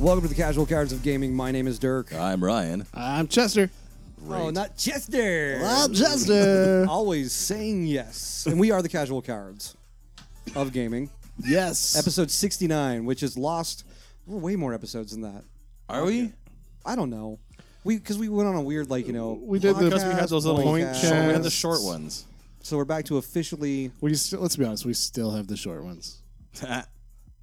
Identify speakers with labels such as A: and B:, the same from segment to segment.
A: Welcome to the Casual Cowards of Gaming. My name is Dirk.
B: I'm Ryan.
C: I'm Chester.
A: Oh, not Chester.
C: I'm Chester.
A: Always saying yes. And we are the Casual Cowards of Gaming.
C: yes.
A: Episode 69, which is lost. We're way more episodes than that.
B: Are we?
A: I don't know. We because we went on a weird like you know
C: We did the-
A: podcast,
C: Because we had
B: those little
C: point
A: podcast.
C: checks.
B: Oh, we had the short ones.
A: so we're back to officially
C: we still, let's be honest. We still have the short ones.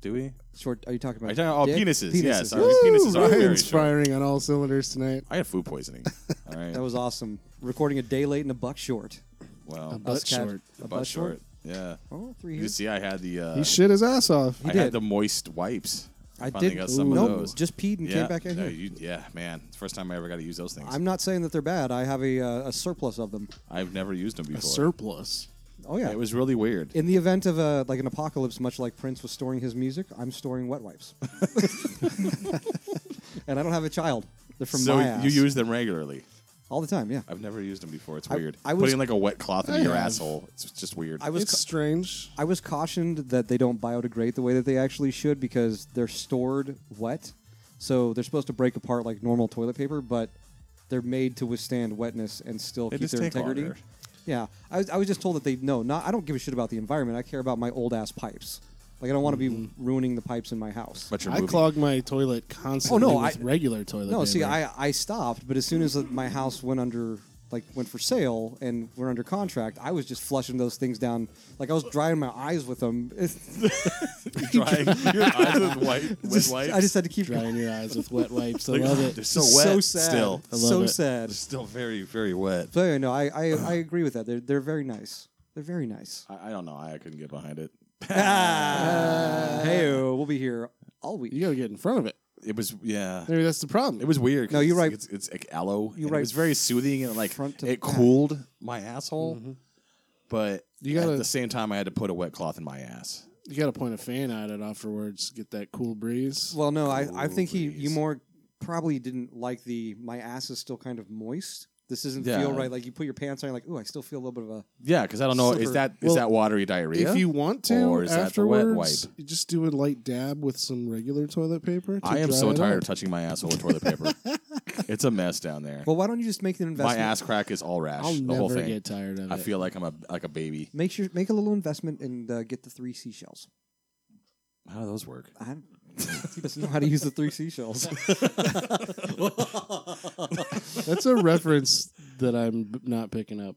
B: Do we?
A: short. Are you talking about?
B: Are you talking- oh,
A: dick?
B: penises. Yeah, sorry.
A: Woo!
B: Penises are very
C: Ryan's
B: short.
C: firing on all cylinders tonight.
B: I had food poisoning. All right.
A: That was awesome. Recording a day late and a buck short.
B: well,
C: Butt
A: Us cat-
C: short.
A: a
B: about short. Yeah.
A: Oh, three
B: You
A: years.
B: see, I had the. Uh,
C: He shit his ass off.
B: I
A: did.
B: had the moist wipes.
A: I
B: finally
A: did.
B: got some
A: nope,
B: of those.
A: just peed and
B: yeah.
A: came back in
B: no,
A: here.
B: you- yeah, man. It's the first time I ever got to use those things.
A: I'm not saying that they're bad. I have a, uh, a surplus of them.
B: i have never used them before.
C: surplus.
A: Oh yeah.
B: It was really weird.
A: in the event of a like an apocalypse, much like Prince was storing his music, I'm storing wet wipes. and I don't have a child. They're from
B: so
A: my ass.
B: you use them regularly.
A: all the time. Yeah.
B: I've never used them before. It's
A: I-
B: weird.
A: I was-
B: Putting like a wet cloth into
C: I
B: your
C: have.
B: asshole. It's just weird.
A: I was
C: It's strange.
A: I was cautioned that they don't biodegrade the way that they actually should because they're stored wet. So they're supposed to break apart like normal toilet paper, but they're made to withstand wetness and still
B: They
A: keep
B: just
A: their
B: take
A: integrity.
B: longer.
A: Yeah, I was, I was just told that they no, not I don't give a shit about the environment. I care about my old ass pipes. Like I don't want to be
B: Mm-hmm.
A: ruining the pipes in my house.
B: But you're
C: I
B: moving.
C: clog my toilet constantly
A: Oh, no,
C: with
A: I-
C: regular toilet
A: no,
C: paper.
A: see, I I stopped, but as soon as my house went under like went for sale and we're under contract, I was just flushing those things down. Like I was drying my eyes with them.
B: drying your eyes with white with
A: Just-
B: wipes.
A: I just had to keep
C: drying your eyes with wet wipes. I
B: Like,
C: love
B: They're
C: it.
B: so
A: It's
B: wet.
A: So sad.
B: Still,
C: I love
A: so
C: it.
A: sad.
B: They're still very very wet.
A: So anyway, no, I, I I agree with that. They're they're very nice. They're very nice.
B: I, I don't know. I couldn't get behind it.
A: hey, uh, we'll be here all week.
C: You gotta get in front of it.
B: It was yeah.
C: Maybe that's the problem.
B: It was weird. 'cause
A: No, you're
B: it's-
A: right.
B: It's, it's like aloe.
A: You're
B: and
A: right.
B: It was very soothing and like
A: Front to
B: it
A: back.
B: cooled my asshole. But
C: You
B: at
C: gotta-
B: the same time, I had to put a wet cloth in my ass.
C: you gotta point a fan at it afterwards. Get that cool breeze.
A: Well, no, I, I think he you
B: Please.
A: more probably didn't like the my ass is still kind of moist. This doesn't feel
B: Yeah.
A: right. Like you put your pants on, you're like, ooh, I still feel a little bit of a.
B: Yeah, because I don't know.
A: Super-
B: Is that is
C: Well,
B: that watery diarrhea?
C: If you want to,
B: Or is that the wet
C: afterwards, you just do a light dab with some regular toilet paper. to
B: I am
C: dry
B: so
C: it
B: tired of
C: up.
B: touching my asshole with toilet paper. it's a mess down there.
A: Well, why don't you just make an
B: my
A: investment?
B: ass crack is all rash.
C: I'll
B: the
C: never
B: whole thing.
C: get tired of it.
B: I feel like I'm a like a baby.
A: Make sure make a little investment and uh, get the three seashells.
B: How do those work?
A: I don't, he doesn't know how to use the three seashells.
C: that's a reference that I'm b- not picking up.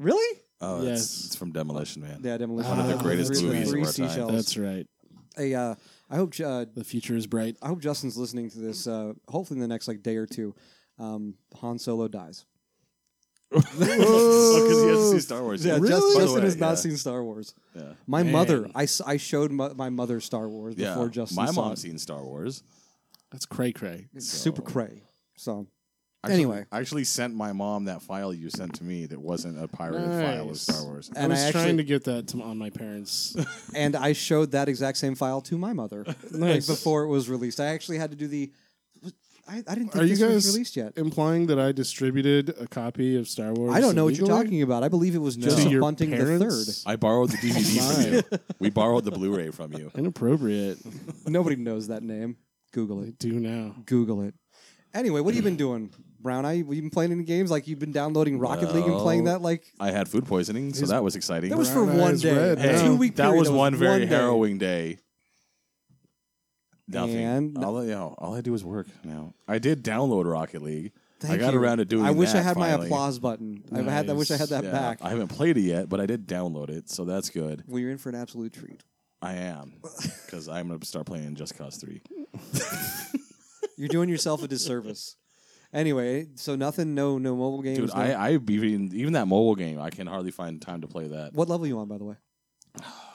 A: really?
B: Oh,
C: Yes.
B: it's, it's from Demolition Man.
A: Yeah, demolition.
C: One of Ah, the
A: Man.
C: greatest
A: Three- the
C: movies of
A: Three
B: our time.
A: seashells.
C: That's right.
A: Hey, uh, I hope uh,
C: The future is bright.
A: I hope Justin's listening to this. Uh, hopefully, in the next like day or two, um, Han Solo dies.
B: Because Oh, he hasn't seen Star Wars. yet.
C: Really?
A: Justin,
B: By the
A: Justin
B: way,
A: has not
B: yeah.
A: seen Star Wars.
B: Yeah.
A: My
C: Man.
A: mother, I, s- I showed my, my mother Star Wars
B: Yeah.
A: before Justin
B: My
A: saw
B: mom's
A: it.
B: seen Star Wars.
C: That's cray cray.
A: It's super cray. So
B: Actually-
A: Anyway.
B: I actually sent my mom that file you sent to me that wasn't a pirated file of
C: Nice.
B: Star Wars.
A: And
C: I was
A: I actually-
C: trying to get that to, on my parents.
A: and I showed that exact same file to my mother like,
C: Nice.
A: before it was released. I actually had to do the. I, I didn't think
C: Are you
A: this was
C: guys-
A: released yet.
C: implying that I distributed a copy of Star Wars.
A: I don't know what you're
C: illegally
A: talking about. I believe it was
C: to
A: Joseph
C: your
A: Bunting
C: parents?
B: I borrowed the DVD from
C: My.
B: you. We borrowed the Blu-ray from you.
C: Inappropriate.
A: the Third. Nobody knows that name. Google
C: I
A: it.
C: do now.
A: Google it. Anyway, what have you been doing, Brown? Eye? Have you been playing any games? Like you've been downloading Rocket League and playing
B: Well,
A: that? Like
B: I had food poisoning, so that was exciting.
A: that was for
C: Brown
A: one
C: eyes
A: day,
C: red
A: A
B: Hey,
C: now.
A: two week.
B: that
A: period,
B: was one very
A: day.
B: harrowing day. Nothing.
A: And-
B: all, I, you know, all I do is work now. I did download Rocket League. I
A: Thank
B: got
A: you.
B: around to doing.
A: I wish I
B: that
A: had my
B: finally.
A: applause button. I had. I wish I had that
B: Yeah,
A: back.
B: I haven't played it yet, but I did download it, so that's good.
A: well, you're in for an absolute treat.
B: I am because I'm gonna start playing Just Cause Three.
A: You're doing yourself a disservice. Anyway, so nothing. No, no mobile games.
B: Dude,
A: no-
B: I, I even even that mobile game, I can hardly find time to play that.
A: what level you on, by the way?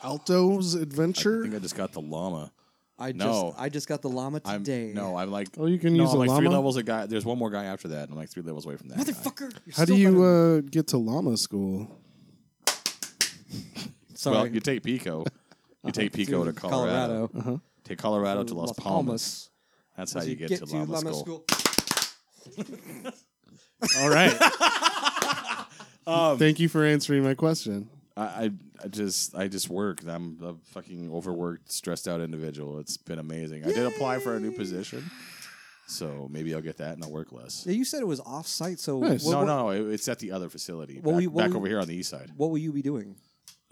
C: Alto's
B: I
C: Adventure.
B: think I just got the llama.
A: I
B: No.
A: just I just got the llama
B: I'm
A: today.
B: no, I'm like
C: oh, you can
B: no,
C: use
B: I'm
C: a
B: like
C: llama.
B: three levels a guy. There's one more guy after that. And I'm like three levels away from that. guy.
A: motherfucker. you're
C: How do
A: still
C: you
A: better-
C: uh, get to llama school?
A: Sorry,
B: Well, you take Pico. You take Pico to Colorado. Take Colorado to Las, Palmas. That's how you, get, to Llama, School.
C: All right. Thank you for answering my question.
B: I, I, I just I just work. I'm a fucking overworked, stressed out individual. It's been amazing. I did apply for a new position, so maybe I'll get that and I'll work less.
A: Yeah, you said it was off site, so
C: Nice.
A: what,
B: no,
A: what-
B: no, it, it's at the other facility
A: What
B: back,
A: we- what
B: back
A: we-
B: over here on the east side.
A: what will you be doing?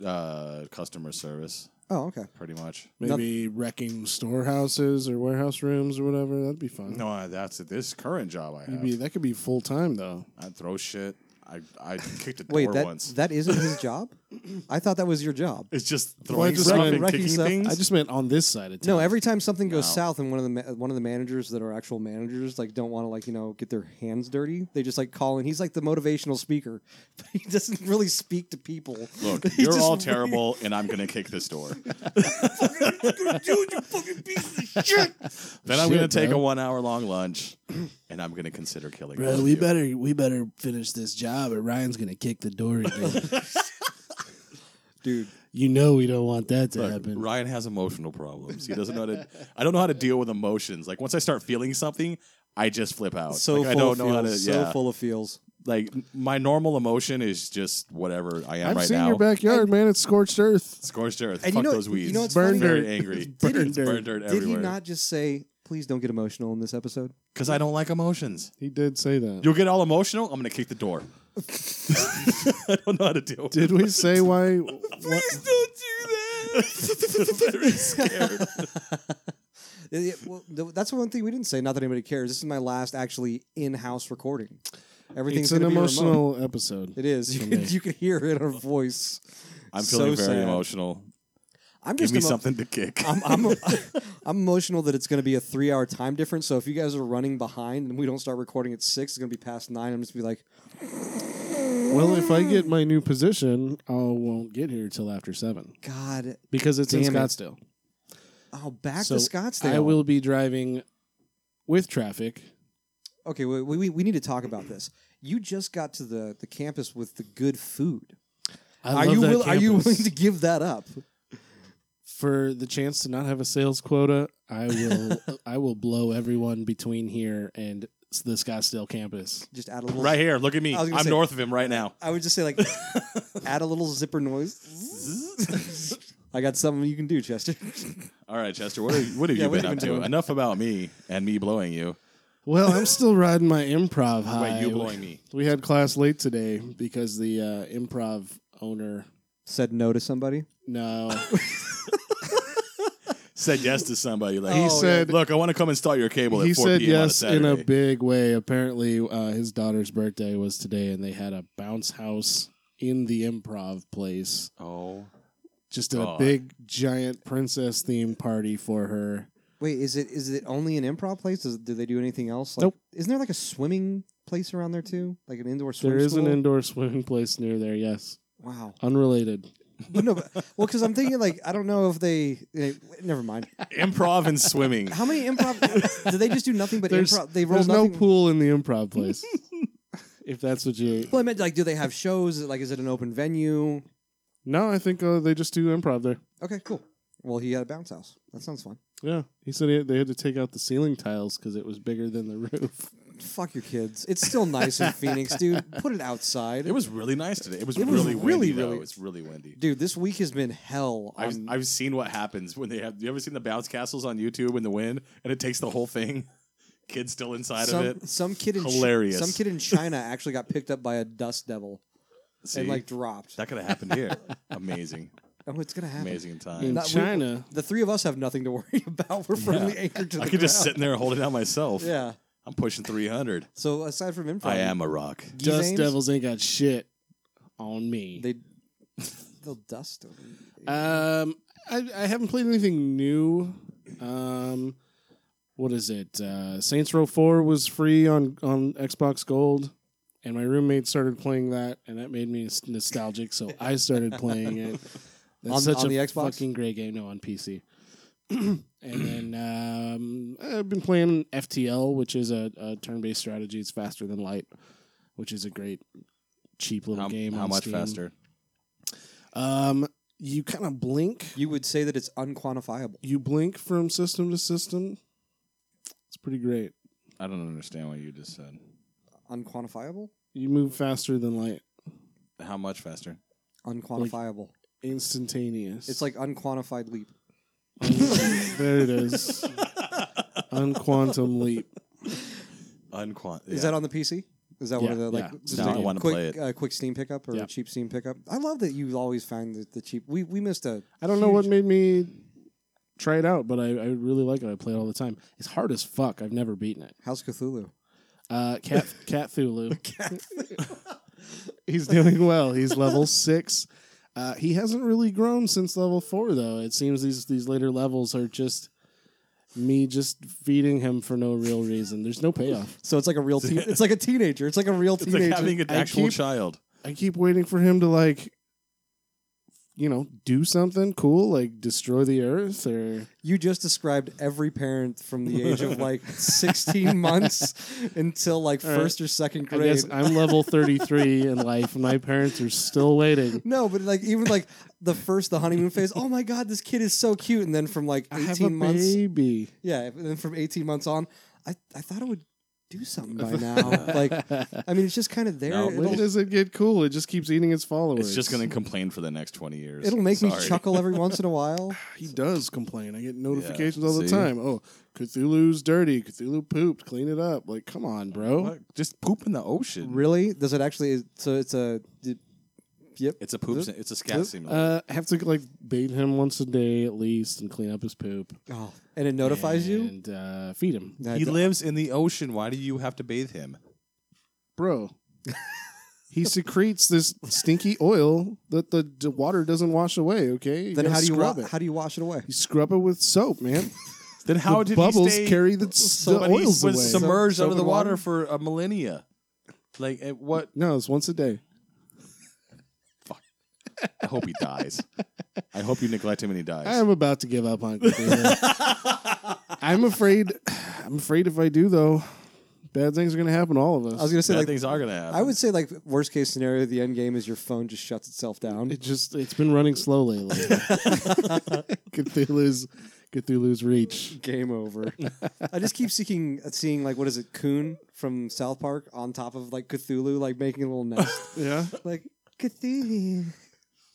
B: Uh, customer service,
A: Oh, okay.
B: pretty much.
C: Maybe wrecking storehouses or warehouse rooms or whatever. That'd be fun.
B: No, uh, that's it. This current job I
C: You'd
B: have.
C: be- that could be full time though.
B: I throw shit. I I kicked a door
A: Wait, that
B: once.
A: that isn't his job. I thought that was your job.
B: it's just
C: Well,
B: throwing
C: I just
B: stuff
C: meant
B: and
A: wrecking
B: kicking
A: stuff.
B: things.
C: I just meant on this side of town.
A: No, every time something goes
B: No.
A: south, and one of the ma- one of the managers that are actual managers like don't want to like you know get their hands dirty. They just like call in. He's like the motivational speaker, but he doesn't really speak to people.
B: Look,
A: He
B: you're
A: just
B: all
A: re-
B: terrible, and I'm gonna kick this door.
A: Dude, you fucking piece of shit.
B: Then I'm
C: Shit,
B: gonna take
C: bro.
B: a one hour long lunch, and I'm gonna consider killing. all
D: Bro,
B: of
D: we
B: you.
D: better we better finish this job, or Ryan's gonna kick the door again.
A: Dude,
D: you know we don't want that to
B: Look,
D: happen.
B: Ryan has emotional problems. He doesn't know how to. I don't know how to deal with emotions. Like once I start feeling something, I just flip out.
A: so
B: like,
A: full
B: I don't
A: of
B: know
A: feels.
B: how to.
A: So
B: Yeah,
A: full of feels.
B: like my normal emotion is just whatever I am
C: I've
B: right
C: seen
B: now.
C: your backyard, man. It's scorched earth.
B: Scorched earth.
A: And you
B: Fuck
A: know-
B: those
A: you
B: weeds.
A: know what's funny?
C: Burn
B: very
C: dirt.
B: angry.
A: Did he-
B: It's burn dirt
A: Did
B: everywhere.
A: he not just say, "Please don't get emotional in this episode"?
B: Because I don't like emotions.
C: He did say that.
B: You'll get all emotional. I'm gonna kick the door. I don't know how to deal. with
C: Did we say why? what-
B: Please don't do that. Very scared.
A: Yeah, yeah, well, th- that's the one thing we didn't say. Not that anybody cares. This is my last actually in-house recording. Everything's
C: It's an
A: gonna be remote.
C: emotional episode.
A: It is. You can, you can hear it in her voice.
B: I'm
A: So
B: feeling very
A: sad.
B: emotional.
A: I'm
B: Give
A: just
B: me
A: emo-
B: something to kick.
A: I'm, I'm, I'm emotional that it's going to be a three hour time difference. So if you guys are running behind and we don't start recording at six, it's going to be past nine. I'm just gonna be like,
C: Well, if I get my new position, I won't get here till after seven
A: God,
C: because it's in
A: Damn it.
C: Scottsdale.
A: oh, back
C: So
A: to Scottsdale.
C: I will be driving with traffic.
A: Okay, we, we, we need to talk about this. You just got to the, the campus with the good food.
C: I
A: are
C: love
A: you
C: that
A: will, are you
C: campus.
A: willing to give that up?
C: for the chance to not have a sales quota? I will. I will blow everyone between here and s- the Scottsdale campus.
A: Just add a little.
B: right here. Look at me.
A: I was
B: I'm
A: gonna say-
B: north of him right now.
A: I would just say like, add a little zipper noise. I got something you can do, Chester.
B: All right, Chester. What, are, what have
A: Yeah,
B: you
A: what
B: been
A: have you been
B: up to?
A: doing?
B: Enough about me and me blowing you.
C: Well, I'm still riding my improv high.
B: Wait, you blowing me?
C: We had class late today because the uh, improv owner.
A: Said no to somebody.
C: No,
B: Said yes to somebody. Like
C: He
B: he
C: said-
B: said, "Look, I want to come install your cable."
C: he
B: at 4
C: said
B: p.m.
C: yes
B: on a
C: in a
B: Saturday.
C: big way. Apparently, uh, his daughter's birthday was today, and they had a bounce house in the improv place.
B: Oh,
C: Just did a
B: God.
C: big, giant princess themed party for her.
A: Wait, is it is it only an improv place? Does, do they do anything else? Like,
C: Nope.
A: Isn't there like a swimming place around there too? Like an indoor
C: There
A: swimming.
C: is an
A: pool?
C: indoor swimming place near there. Yes,
A: Wow.
C: unrelated.
A: But no, but, well, because I'm thinking like I don't know if they. eh, never mind.
B: improv and swimming.
A: How many improv? do they just do nothing but
C: There's-
A: improv? They roll
C: There's
A: nothing.
C: no pool in the improv place. if that's what you.
A: Well, I meant like, do they have shows? Is it, Like, is it an open venue?
C: No, I think uh, they just do improv there.
A: Okay, cool. Well, he had a bounce house. That sounds fun.
C: Yeah, he said he, they had to take out the ceiling tiles because it was bigger than the roof.
A: Fuck your kids. It's still nice in Phoenix, dude. Put it outside.
B: It was really nice today. It was
A: It was
B: really
A: really,
B: windy. though.
A: really-
B: It's really windy.
A: dude, this week has been hell.
B: I've,
A: on-
B: I've seen what happens when they have. You ever seen the bounce castles on YouTube in the wind, and it takes the whole thing. Kids still inside
A: some,
B: of it.
A: some kid in Chi-
B: Hilarious.
A: some kid in China actually got picked up by a dust devil
B: See,
A: and like dropped.
B: that could have happened here. Amazing,
A: oh, it's gonna happen.
B: amazing time.
C: In
A: Not- we-
C: China,
A: The three of us have nothing to worry about. We're firmly anchored to the
B: I could just
A: ground.
B: sit in there and hold it out myself.
A: Yeah.
B: I'm pushing 300.
A: So aside from improv,
B: I am a rock.
A: Gies
C: dust
A: Ames,
C: devils ain't got shit on me.
A: They they'll dust them.
C: um, I, I haven't played anything new. Um, what is it? Uh, Saints Row Four was free on on Xbox Gold, and my roommate started playing that, and that made me s- nostalgic. So I started playing it. That's
A: On-
C: such
A: on
C: a
A: the Xbox?
C: fucking great game. No, on PC. and then um, I've been playing FTL, which is a, a turn-based strategy. It's faster than light, which is a great cheap little
B: How,
C: game.
B: how
C: on
B: much
C: Steam.
B: faster?
C: Um, you kind of blink.
A: You would say that it's unquantifiable.
C: You blink from system to system. It's pretty great.
B: I don't understand what you just said.
A: Unquantifiable?
C: You move faster than light.
B: How much faster?
A: unquantifiable.
C: Instantaneous.
A: it's like unquantified leap.
C: there it is. Unquantum leap.
B: Unquant.
A: Is that on the PC? Is that one of
C: Yeah,
A: the like
C: yeah.
A: just
B: No,
A: like
B: I wanna
A: quick
B: play it.
A: Uh, quick Steam pickup or
C: Yeah.
A: a cheap Steam pickup? I love that you always find the, the cheap. We we missed a.
C: I don't know what made me try it out, but I, I really like it. I play it all the time. It's hard as fuck. I've never beaten it.
A: House Cthulhu.
C: Uh, Cat Cat Thulu. He's doing well. He's level six. Uh, he hasn't really grown since level four, though. It seems these these later levels are just me just feeding him for no real reason. There's no payoff.
A: So it's like a real. Teen, it's like a teenager. It's like a real
B: It's like
A: teenager.
B: having an
C: I
B: actual
C: keep-
B: child.
C: I keep waiting for him to like, you know, do something cool, like destroy the earth or
A: you just described every parent from the age of like 16 months until like
C: All right.
A: first or second
C: I
A: grade.
C: guess I'm level 33 in life. and My parents are still waiting.
A: No, but like even like the first the honeymoon phase. Oh my god, this kid is so cute. And then from like
C: I have a
A: eighteen months,
C: baby.
A: yeah, and then from eighteen months on, I I thought it would do something by now. like I mean, it's just kind of there.
B: No,
A: it'll,
C: when does it get cool? It just keeps eating its followers.
B: It's just going to complain for the next 20 years.
A: it'll make me
B: Sorry.
A: chuckle every once in a while.
C: He does complain. I get notifications all the
B: see?
C: time. Oh, Cthulhu's dirty. Cthulhu pooped. Clean it up. Like, come on, bro.
B: What? Just poop in the ocean.
A: Really? Does it actually? is- So it's a. it- yep.
B: It's a poop. sim- It's a scat simulator.
C: Uh, I have to like bathe him once a day at least and clean up his poop.
A: Oh, and it notifies you.
C: and uh, feed him,
A: That-
B: he lives in the ocean. Why do you have to bathe him?
C: bro. he secretes this stinky oil that the d- water doesn't wash away. Okay, You
A: then
C: gotta
A: how do you wa-
C: scrub it?
A: how do you wash it away?
C: you scrub it with soap, man.
B: Then how
C: the
B: did
C: bubbles
B: he stay
C: carry the, s- the
B: when he
C: oils away?
B: was submerged
A: Soap
B: under the
A: and
B: water
A: water?
B: for a millennia? Like at what?
C: no, it's once a day.
B: I hope he dies. I hope you neglect him and he dies.
C: I'm about to give up on Cthulhu. I'm afraid. I'm afraid if I do, though, bad things are going to happen to all of us.
A: I was gonna say
B: Bad
A: like
B: things are gonna happen.
A: I would say like worst case scenario, the end game is your phone just shuts itself down.
C: it just it's been running slow lately. Cthulhu's Cthulhu's reach.
A: Game over. I just keep seeking, seeing like what is it, Coon from South Park on top of like Cthulhu, like making a little nest,
C: Yeah.
A: like Cthulhu.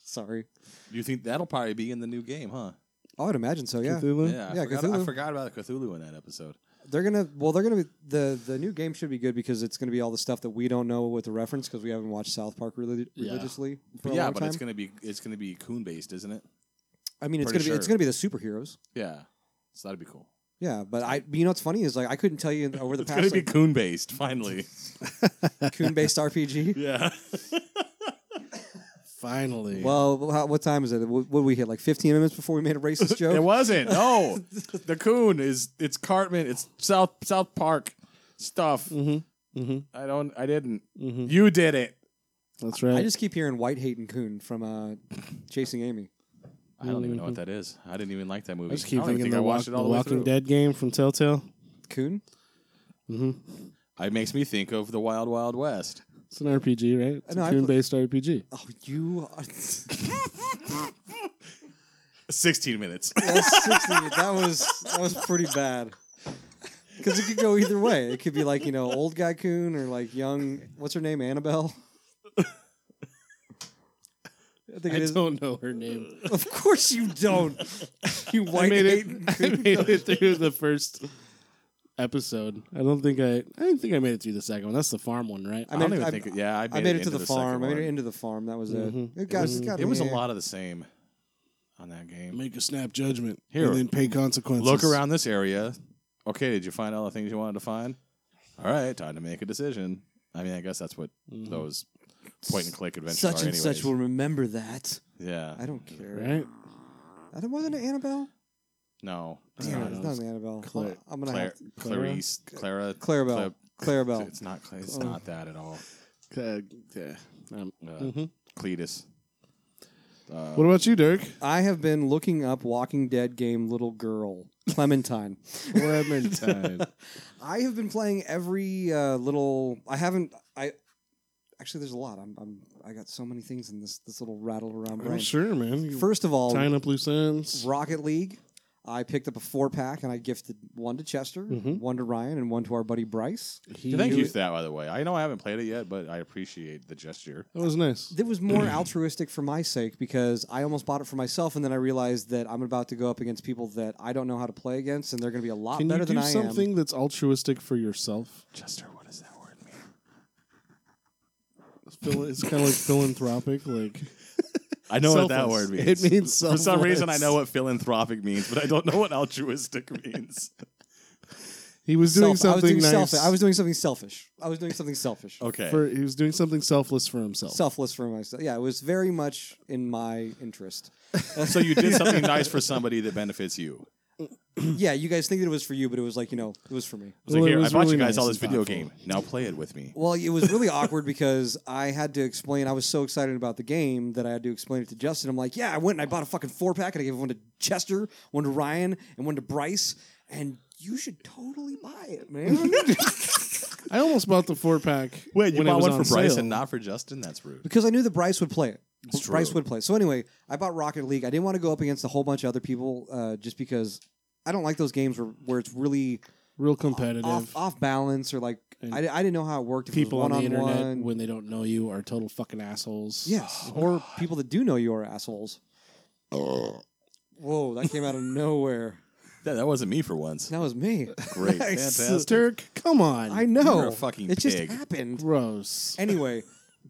A: Sorry,
B: You think that'll probably be in the new game, huh?
A: I would imagine so. Yeah,
C: Mm-hmm. Cthulhu.
B: Yeah, I,
A: Yeah,
B: forgot, I
A: Cthulhu.
B: forgot about Cthulhu in that episode.
A: they're gonna. Well, they're gonna be the the new game should be good because it's gonna be all the stuff that we don't know with the reference because we haven't watched South Park reli-
C: Yeah.
A: religiously for a
B: Yeah,
A: long
B: but
A: time.
B: it's gonna be it's gonna be coon based, isn't it?
A: I mean, it's
B: pretty
A: gonna be it's
B: sure.
A: gonna be the superheroes.
B: Yeah, so that'd be cool.
A: Yeah, but I, but you know what's funny is like I couldn't tell you over the
B: It's gonna
A: past
B: be
A: like,
B: coon based. Finally,
A: Coon based RPG.
B: yeah.
C: Finally.
A: Well, how, what time is it? What, what did we hit? Like 15 minutes before we made a racist joke?
B: It wasn't. No, the coon is it's Cartman. It's South South Park stuff.
C: Mhm.
B: I don't. I didn't.
C: Mhm.
B: You did it.
C: That's right.
A: I just keep hearing White Hate and Coon from uh, Chasing Amy.
B: I don't even know what that is. I didn't even like that movie.
C: I just keep
B: don't even think
C: thinking the,
B: I
C: walk,
B: watched it all
C: the
B: the, way
C: Walking
B: through.
C: Dead game from Telltale.
A: Coon?
B: It makes me think of the Wild Wild West.
C: It's an RPG, right? It's
A: No,
C: a
A: I
C: tune based RPG.
A: Oh, you are.
B: Sixteen minutes.
A: That's 60. That was, that was pretty bad. Because it could go either way. It could be like, you know, old guy Coon or like young. What's her name? Annabelle? I think it is.
C: don't know her name.
A: Of course you don't. You
C: I
A: white
C: made,
A: hate.
C: it,
A: and
C: I
A: Coon.
C: made it through the first episode. I don't think I. I didn't think I made it through the second one. That's the farm one, right?
A: I
B: I don't
A: made-
B: even
A: I-
B: think. Yeah, I made,
A: I made it
B: into
A: to the, farm.
B: second
A: I made it
B: one.
A: into the farm. That was
C: Mhm.
A: it. It, got,
B: was-
A: got
B: It was a
A: me.
B: lot of the same on that game.
D: Make a snap judgment
B: Here.
D: and then pay consequences.
B: Look around this area. Okay, did you find all the things you wanted to find? All right, time to make a decision. I mean, I guess that's what those point and click adventures
A: Such
B: are.
A: and
B: anyways.
A: such will remember that.
B: Yeah.
A: I don't care.
C: Right?
A: That wasn't it Annabelle.
B: No. it's
A: Damn
B: not.
A: it, it's
C: know.
A: not an Annabelle.
C: Cla-
A: I'm gonna
B: Claire,
A: have to,
B: Clarice, Clara,
A: Clarabelle.
B: Cla-
A: Clarabelle.
B: It's not. Cla- It's not that at all.
C: Uh, yeah. Um,
B: Uh,
C: mhm.
B: Cletus.
C: What about you, Dirk?
A: I have been looking up Walking Dead game Little Girl Clementine.
C: Clementine.
A: I have been playing every uh, little. I haven't. I actually there's a lot. I'm. I'm I got so many things in this this little rattle around brain.
C: I'm sure, man. You
A: First of all,
C: tying up loose ends.
A: Rocket League. I picked up a four pack and I gifted one to Chester,
C: Mm-hmm.
A: one to Ryan, and one to our buddy Bryce.
B: Thank you for that, by the way. I know I haven't played it yet, but I appreciate the gesture.
C: That was nice.
A: It was more altruistic for my sake because I almost bought it for myself, and then I realized that I'm about to go up against people that I don't know how to play against, and they're going to be a lot
C: Can
A: better
C: you do
A: than I
C: something
A: am.
C: that's altruistic for yourself?
B: Chester, what does that word mean?
C: Phil- It's kind of like philanthropic. Like
B: I know what that
C: Selfless.
B: word means.
C: It means
B: For some reason, I
C: selfless.
B: know what philanthropic means, but I don't know what altruistic means.
C: he was doing
A: Self- I was
C: something
A: doing
C: nice.
A: selfish. I was doing something selfish. I was doing something selfish.
B: Okay.
C: for, he was doing something selfless for himself.
A: Selfless for myself. Yeah, it was very much in my interest.
B: so you did something nice for somebody that benefits you.
C: Hmm.
A: yeah, you guys think that it was for you, but it was like you know, it was for me.
B: I was like,
C: Well, it
B: here,
C: was
B: I bought
C: really
B: you guys
C: nice
B: all this
C: and
B: video
C: thoughtful.
B: game. Now play it with me.
A: Well, it was really awkward because I had to explain. I was so excited about the game that I had to explain it to Justin. I'm like, yeah, I went and I bought a fucking four pack and I gave one to Chester, one to Ryan, and one to Bryce. And you should totally buy it, man.
C: I almost bought the four pack.
B: Wait, you
C: when it
B: bought
C: was
B: one
C: on
B: for Bryce
C: sale.
B: and not for Justin? That's rude.
A: because I knew that Bryce would play it.
B: It's
A: Bryce
B: true.
A: would play. it. So anyway, I bought Rocket League. I didn't want to go up against a whole bunch of other people uh, just because I don't like those games where, where it's really
C: real competitive.
A: off, off balance or like
C: And
A: I, I didn't know how it worked. If
C: People
A: it was
C: on the
A: one
C: internet
A: one.
C: when they don't know you are total fucking assholes.
A: Yes, or people that do know you are assholes.
C: Oh.
A: Whoa, that came out of nowhere.
B: That, that wasn't me for once.
A: That was me.
B: Great. Fantastic.
C: Sister, come on.
A: I know.
B: You're a fucking
A: it just
B: pig.
A: happened.
C: Gross.
A: Anyway,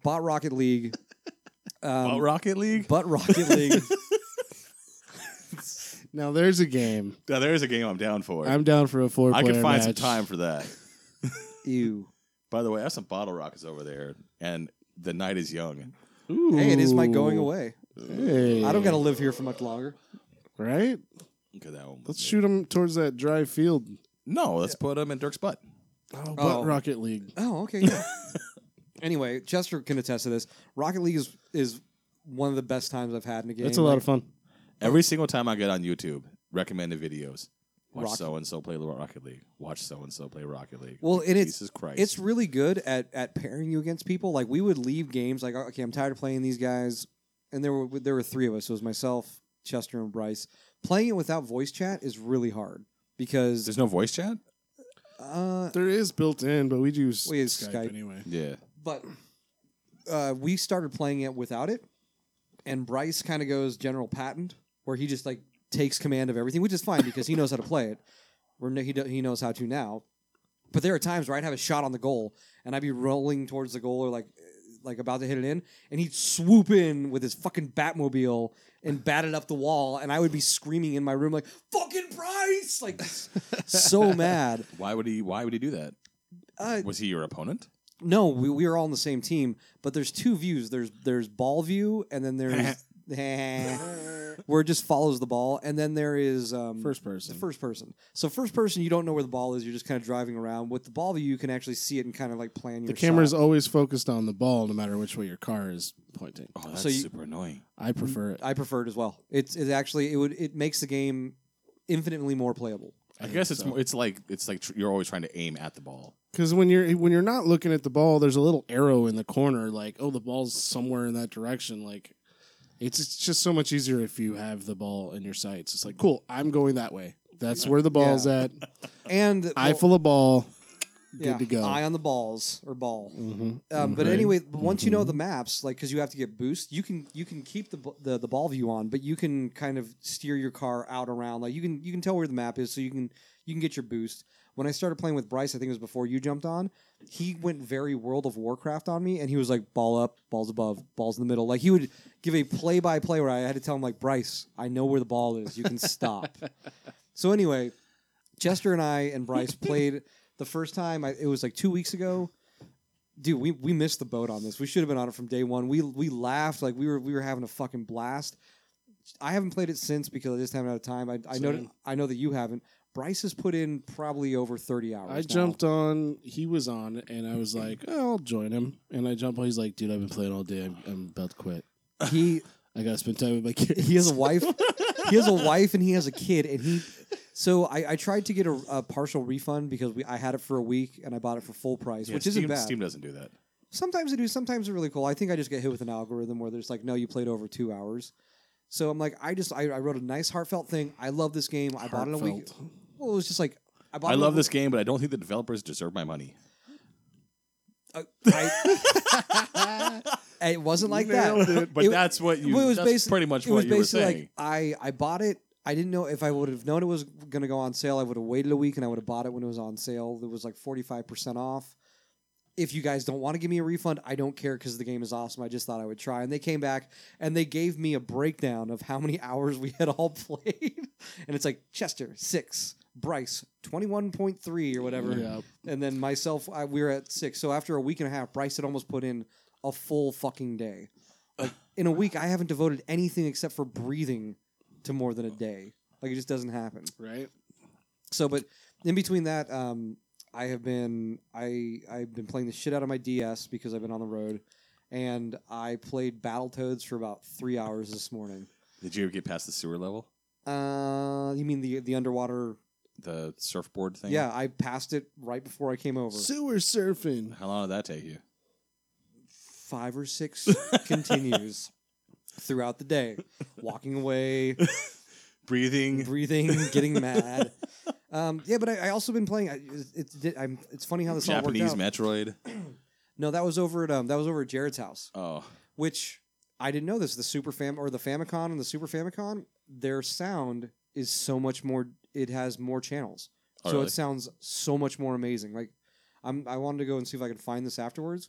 A: bought Rocket League.
C: Um,
B: Well, Rocket League?
A: But Rocket League.
C: Now there's a game.
B: Now, there's a game I'm down for.
C: I'm down for a four.
B: I could
C: player
B: find
C: match.
B: some time for that.
A: Ew.
B: By the way, I have some bottle rockets over there, and the night is young.
C: Ooh.
A: Hey, it is my going away.
C: Hey.
A: I don't gotta live here for much longer.
C: right.
B: Look at that one.
C: Let's shoot them towards that dry field.
B: No, let's put them in Dirk's butt.
C: Oh,
A: Oh.
C: butt Rocket League.
A: Oh, okay, yeah. anyway, Chester can attest to this. Rocket League is is one of the best times I've had in a game.
C: That's a lot of fun.
B: Every single time I get on YouTube, recommended videos. Watch
A: Rocket-
B: so and so play Rocket League. Watch so and so play Rocket League.
A: Well, and it's
B: Jesus Christ.
A: it's really good at at pairing you against people. Like we would leave games like okay, I'm tired of playing these guys, and there were there were three of us. It was myself, Chester, and Bryce. Playing it without voice chat is really hard because
B: there's no voice chat.
A: uh,
C: There is built in, but we do s-
A: We use
C: Skype,
A: Skype.
C: anyway.
B: Yeah,
A: but uh, we started playing it without it, and Bryce kind of goes General Patent, where he just like takes command of everything, which is fine because he knows how to play it. Where no- he do- he knows how to now, but there are times where I'd have a shot on the goal and I'd be rolling towards the goal or like like about to hit it in, and he'd swoop in with his fucking Batmobile and bat it up the wall, and I would be screaming in my room like "fucking Bryce!" like so mad.
B: why would he? Why would he do that?
A: Uh,
B: Was he your opponent?
A: No, we, we were all on the same team, but there's two views. There's there's ball view, and then there's where it just follows the ball, and then there is um,
C: First person.
A: the first person. So first person, you don't know where the ball is. You're just kind of driving around. With the ball view, you can actually see it and kind of like plan your
C: the camera's
A: shot.
C: always focused on the ball, no matter which way your car is pointing.
B: Oh, that's
A: So you-
B: super annoying.
C: I prefer it.
A: I prefer it as well. It's it actually it would it makes the game infinitely more playable.
B: I, guess it's more it's like it's like tr- you're always trying to aim at the ball.
C: Because when you're when you're not looking at the ball, there's a little arrow in the corner, like oh, the ball's somewhere in that direction. Like it's it's just so much easier if you have the ball in your sights. It's like cool, I'm going that way. That's where the ball's at.
A: And
C: Eye
A: well,
C: full of ball. Good
A: yeah,
C: to go. Mm-hmm.
A: Eye on the balls or ball. Um, But anyway, but once you know the maps, like because you have to get boost, you can you can keep the, b- the the ball view on, but you can kind of steer your car out around. Like you can you can tell where the map is, so you can you can get your boost. When I started playing with Bryce, I think it was before you jumped on. He went very World of Warcraft on me, and he was like ball up, balls above, balls in the middle. Like he would give a play by play where I had to tell him like Bryce, I know where the ball is. You can stop. so anyway, Chester and I and Bryce played the first time. I, it was like two weeks ago. Dude, we, we missed the boat on this. We should have been on it from day one. We we laughed like we were we were having a fucking blast. I haven't played it since because I just haven't had time. I, I know
C: Same.
A: I know that you haven't. Bryce has put in probably over thirty hours.
C: I
A: now.
C: jumped on. He was on, and I was like, oh, I'll join him. And I jump on. He's like, dude, I've been playing all day. I'm, I'm about to quit.
A: He
C: I gotta spend time with my kids.
A: he has a wife. he has a wife and he has a kid and he. So I, I tried to get a, a partial refund because we I had it for a week and I bought it for full price,
B: Yeah,
A: which
B: Steam,
A: isn't bad.
B: Steam doesn't do that.
A: Sometimes I do. Sometimes they're really cool. I think I just get hit with an algorithm where there's like, no, you played over two hours. So I'm like, I just I, I wrote a nice heartfelt thing. I love this game. I bought it a week.
C: Heartfelt.
A: Well, it was just like I bought.
B: I
A: it a
B: love
A: week-
B: this game, but I don't think the developers deserve my money.
A: Uh, I- it wasn't like that.
B: But
A: It-
B: that's what you.
A: Well, it was
B: that's
A: basi-
B: pretty much
A: it
B: what
A: was
B: you were
A: basically
B: saying.
A: like I I bought it. I didn't know if I would have known it was going to go on sale. I would have waited a week and I would have bought it when it was on sale. It was like forty five percent off. If you guys don't want to give me a refund, I don't care because the game is awesome. I just thought I would try. And they came back and they gave me a breakdown of how many hours we had all played. and it's like Chester six, Bryce twenty one point three or whatever,
C: Yeah.
A: and then myself I, we were at six. So after a week and a half, Bryce had almost put in a full fucking day in a week I haven't devoted anything except for breathing to more than a day. Like it just doesn't happen.
C: Right.
A: So, but in between that, um, I have been I I've been playing the shit out of my DS because I've been on the road, and I played Battletoads for about three hours this morning.
B: Did you ever get past the sewer level?
A: Uh, you mean the the underwater?
B: The surfboard thing?
A: Yeah, I passed it right before I came over.
C: Sewer surfing.
B: How long did that take you?
A: Five or six continues throughout the day, walking away,
B: Breathing.
A: breathing, getting mad. Um, yeah, but I, I also been playing. I, it's it, I'm, it's funny how this all
B: Japanese
A: worked out.
B: Metroid.
A: No, that was over at um, that was over at Jared's house,
B: Oh,
A: which I didn't know this. The Super Fam or the Famicom and the Super Famicom, their sound is so much more. It has more channels,
B: Oh,
A: so
B: really?
A: it sounds so much more amazing. Like I'm, I wanted to go and see if I could find this afterwards.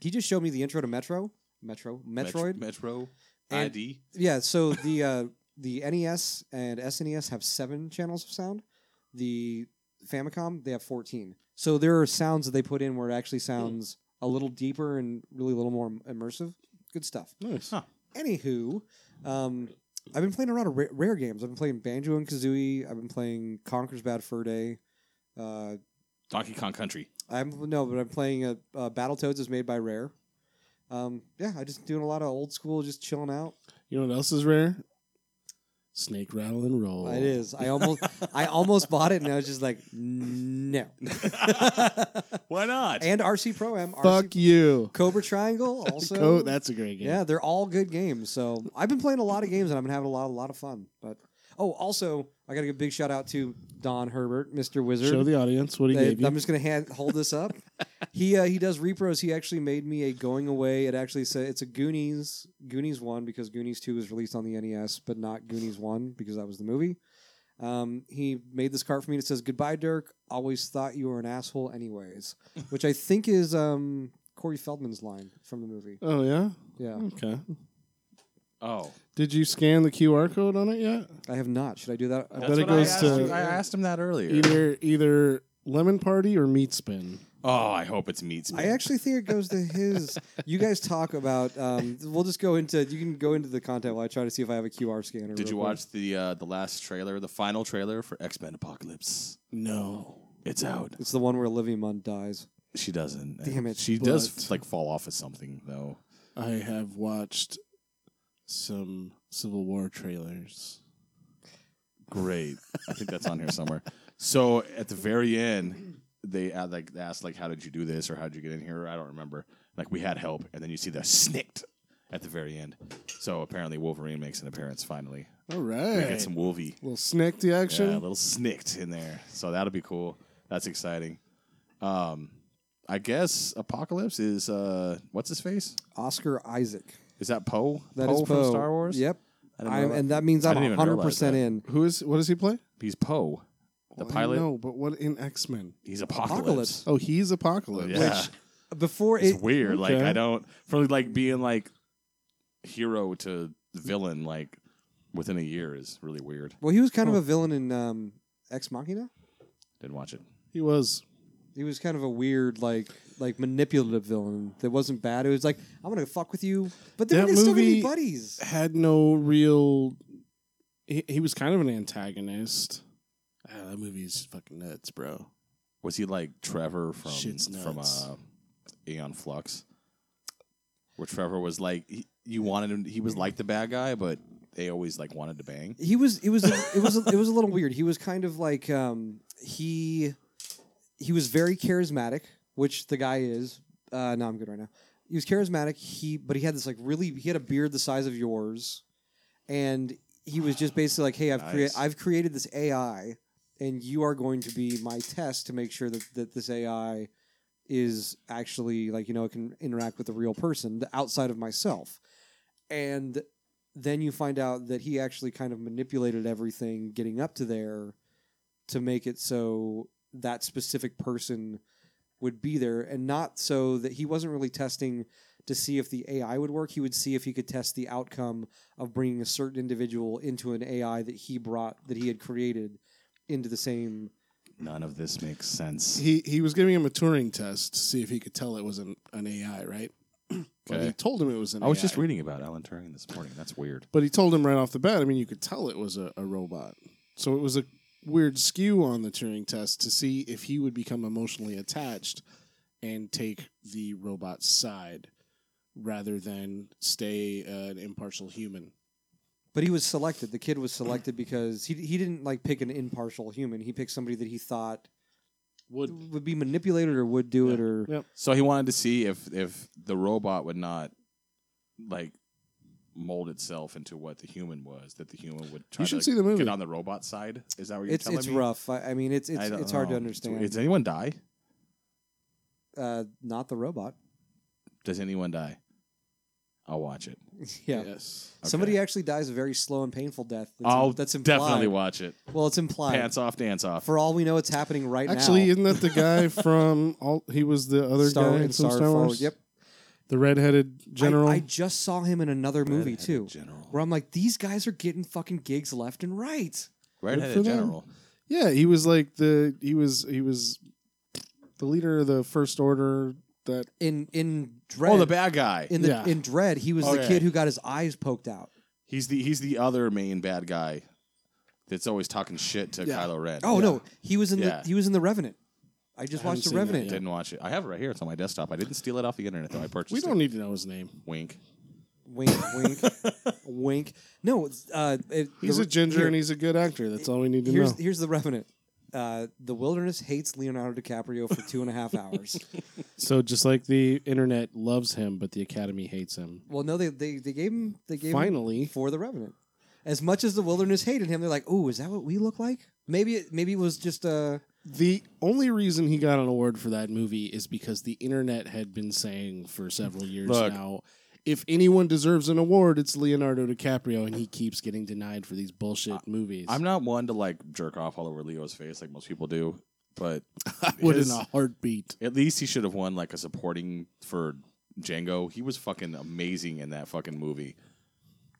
A: He just showed me the intro to Metro, Metro,
B: Met-
A: Metroid.
B: Metro.
A: And-
B: ID.
A: Yeah, so the uh, the NES and SNES have seven channels of sound. The Famicom they have fourteen. So there are sounds that they put in where it actually
B: Hmm.
A: sounds a little deeper and really a little more immersive. Good stuff.
C: Nice.
B: Huh.
A: Anywho, um, I've been playing a lot of ra- rare games. I've been playing Banjo and Kazooie. I've been playing Conker's Bad Fur Day. Uh,
B: Donkey Kong Country.
A: I'm no, but I'm playing a uh, Battletoads is made by Rare. Um, yeah, I just doing a lot of old school, just chilling out.
C: You know what else is rare? Snake rattle and roll.
A: It is. I almost I almost bought it and I was just like, no.
B: Why not?
A: and RC Pro Am, RC
C: Fuck you.
A: Cobra Triangle also.
C: Co- that's a great game.
A: yeah, they're all good games. So I've been playing a lot of games and I've been having a lot, a lot of fun. But oh, also I got to give a big shout out to Don Herbert, Mr. Wizard.
C: Show the audience what he
A: They-
C: gave you.
A: I'm just gonna hand, hold this up. he uh, he does repros. He actually made me a going away. It actually said it's a Goonies Goonies one because Goonies two was released on the NES, but not Goonies one because that was the movie. Um, he made this card for me. and It says goodbye, Dirk. Always thought you were an asshole, anyways, which I think is um, Corey Feldman's line from the movie.
C: oh yeah.
A: Yeah,
C: Okay.
B: oh,
C: Did you scan the QR code on it yet?
A: I have not. Should I do that?
C: bet it goes
B: asked
C: to-
B: you- I asked him that earlier.
C: Either either lemon party or meat spin.
B: Oh, I hope it's meat.
A: I actually think it goes to his. you guys talk about. Um, we'll just go into. You can go into the content while I try to see if I have a QR scanner.
B: Did
A: real
B: you
A: quick.
B: watch the uh, the last trailer, the final trailer for X Men Apocalypse?
C: No.
B: It's out.
A: It's the one where Olivia Munn dies.
B: She doesn't.
A: Damn it,
B: She does
C: but-
B: like fall off of something though.
C: I have watched some Civil War trailers.
B: Great. I think that's on here somewhere. So at the very end, they uh, like they asked like, "How did you do this?" or "How did you get in here?" I don't remember. Like we had help, and then you see the snicked at the very end. So apparently Wolverine makes an appearance finally.
C: All
B: We
C: right.
B: get some Wolvie.
C: little snack the action.
B: Yeah, a little snicked in there. So that'll be cool. That's exciting. Um, I guess Apocalypse is uh, what's his face?
A: Oscar Isaac.
B: Is that Poe?
A: That is
B: Poe
A: Poe
B: from Star Wars.
A: Yep.
B: I didn't
A: I'm,
B: realize-
A: and that means
B: I
A: I'm
B: didn't even realize
A: 100%
B: that.
A: in.
C: Who is? What does he play?
B: He's Poe, the
C: Well, I
B: pilot.
C: No, but what in X Men?
B: He's Apocalypse.
A: Apocalypse.
C: Oh, he's Apocalypse.
B: Yeah,
A: Before
B: it's
A: it,
B: weird. Like
C: okay.
B: I don't from like being like hero to villain like within a year is really weird.
A: well, he was kind of a villain in um, Ex Machina.
B: Didn't watch it.
C: he was.
A: He was kind of a weird, like, like manipulative villain that wasn't bad. It was like, I'm gonna fuck with you, but then
C: That
A: we're still gonna be
C: movie-
A: buddies.
C: Had no real. He, he was kind of an antagonist.
D: Ah, that movie's fucking nuts, bro.
B: Was he like Trevor from
D: Shit's
B: from
D: nuts.
B: uh, Aeon Flux, where Trevor was like he, you wanted him. He was like the bad guy, but they always like wanted to bang.
A: He was. It was. It was. It was a little weird. He was kind of like um, he he was very charismatic, which the guy is. Uh, no, I'm good right now. He was charismatic. He but he had this like really. He had a beard the size of yours, and he was just basically like, "Hey, I've
B: Nice.
A: created I've created this AI, and you are going to be my test to make sure that that this AI is actually like you know it can interact with a real person th- outside of myself." And then you find out that he actually kind of manipulated everything getting up to there to make it so that specific person would be there and not so that he wasn't really testing to see if the AI would work. He would see if he could test the outcome of bringing a certain individual into an AI that he brought that he had created into the same.
B: None of this makes sense.
C: He he was giving him a Turing test to see if he could tell it was an, an AI, right? But he
B: Okay.
C: told him it was an.
B: I was
C: AI.
B: just reading about Alan Turing this morning. That's weird.
C: But he told him right off the bat. I mean, you could tell it was a, a robot. So it was a weird skew on the Turing test to see if he would become emotionally attached and take the robot's side rather than stay uh, an impartial human.
A: But he was selected. The kid was selected because he he didn't like pick an impartial human. He picked somebody that he thought
C: Would
A: would be manipulated or would do it or
C: Yeah.
B: So he wanted to see if if the robot would not like mold itself into what the human was. That the human would try
C: you should
B: to
C: see the movie?
B: get on the robot side. Is that what you're
A: it's
B: telling
A: it's
B: me?
A: rough. I, I mean, it's it's
B: I don't
A: it's hard to
B: know.
A: understand.
B: Does anyone die?
A: uh, not the robot.
B: Does anyone die? I'll watch it.
A: yeah.
C: Yes.
A: Somebody actually dies a very slow and painful death. That's,
B: I'll
A: that's implied.
B: definitely watch it.
A: Well, it's implied.
B: Pants off, dance off.
A: For all we know, it's happening right
C: Actually,
A: now.
C: isn't that the guy from all? He was the other
A: Star,
C: guy in
A: and
C: some
A: Star,
C: Star
A: Forward.
C: Wars.
A: Yep.
C: the redheaded general.
A: I, I just saw him in another movie
B: Redheaded
A: too,
B: General.
A: where I'm like, these guys are getting fucking gigs left and right.
B: Redheaded
C: for them.
B: general.
C: yeah, he was like the he was he was the leader of the first order. That
A: In in Dread,
B: Oh, the bad guy.
A: in the
C: Yeah.
A: in Dread, he was the
B: Okay.
A: kid who got his eyes poked out.
B: he's the he's the other main bad guy that's always talking shit to
C: Yeah.
B: Kylo Ren.
A: Oh no, he was in
B: Yeah.
A: the he was in the Revenant. I just
C: I
A: watched the
C: haven't seen that
A: Revenant.
C: yet.
B: Didn't watch it. I have it right here. It's on my desktop. I didn't steal it off the internet though. I purchased
C: we
B: it.
C: don't need to know his name.
B: Wink.
A: Wink, wink, wink. No, it's, uh, it,
C: He's
A: the-
C: a ginger
A: here,
C: and he's a good actor. That's all we need to
A: here's
C: know.
A: here's the Revenant. Uh, the wilderness hates Leonardo DiCaprio for two and a half hours.
C: So just like the internet loves him, but the Academy hates him.
A: well, no, they, they they gave him they gave him
C: Finally,
A: for the Revenant. As much as the wilderness hated him, they're like, "Oh, is that what we look like?" Maybe it, maybe it was just uh,
C: the only reason he got an award for that movie is because the internet had been saying for several years
B: Look.
C: now, if anyone deserves an award, it's Leonardo DiCaprio, and he keeps getting denied for these bullshit movies.
B: I'm not one to like jerk off all over Leo's face like most people do, but
C: I would
B: his-
C: in a heartbeat.
B: at least he should have won like a supporting for Django. He was fucking amazing in that fucking movie.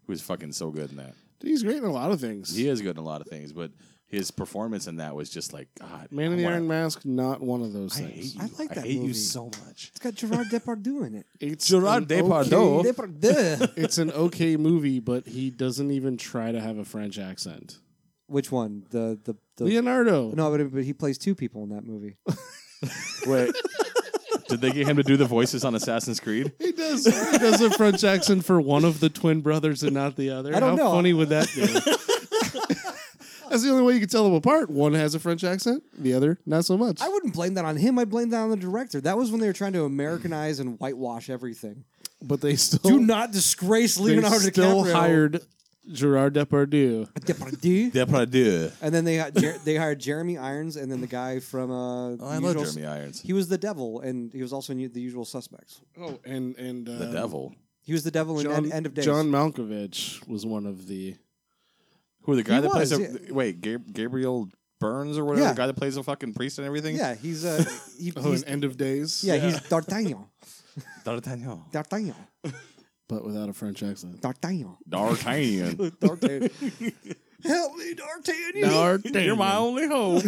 B: He was fucking so good in that.
C: He's great in a lot of things.
B: He is good in a lot of things, but his performance in that was just like God.
C: Man
B: I
C: in the
B: wanna-
C: Iron Mask, not one of those
B: I
C: things.
B: hate you.
A: I like that
B: I hate
A: movie.
B: you so much.
A: it's got Gerard Depardieu in it.
C: It's
B: Gerard
C: an
B: Depardieu.
C: okay-
A: Depardieu.
C: It's an okay movie, but he doesn't even try to have a French accent.
A: Which one? The the, the
C: Leonardo.
A: no, but, but he plays two people in that movie.
B: Wait. Did they get him to do the voices on Assassin's Creed?
C: He does. He does a French accent for one of the twin brothers and not the other.
A: I don't
C: How
A: know.
C: funny would that be? That's the only way you can tell them apart. One has a French accent, the other not so much.
A: I wouldn't blame that on him. I'd blame that on the director. That was when they were trying to Americanize and whitewash everything.
C: but they still
A: Do not disgrace
C: they
A: Leonardo
C: still
A: DiCaprio.
C: hired Gerard Depardieu.
A: Depardieu.
B: Depardieu.
A: And then they hi- Jer- they hired Jeremy Irons and then the guy from uh,
B: Oh, I
A: Usual
B: love
A: S-
B: Jeremy Irons.
A: He was the devil, and he was also in The Usual Suspects.
C: Oh, and and uh,
B: The devil.
A: He was the devil in
C: John,
A: end, end of Days.
C: John Malkovich was one of the.
B: Who the guy
A: He
B: that plays?
A: was,
B: the, Wait, Gab- Gabriel Burns or whatever.
A: Yeah.
B: The guy that plays the fucking priest and everything.
A: Yeah, he's uh, he,
C: Oh,
A: he's,
C: in End of Days.
A: yeah, he's D'Artagnan.
B: D'Artagnan.
A: D'Artagnan.
C: but without a French accent.
A: D'Artagnan.
B: D'Artagnan.
A: D'Artagnan. Help me, D'Artagnan.
B: You're my only hope.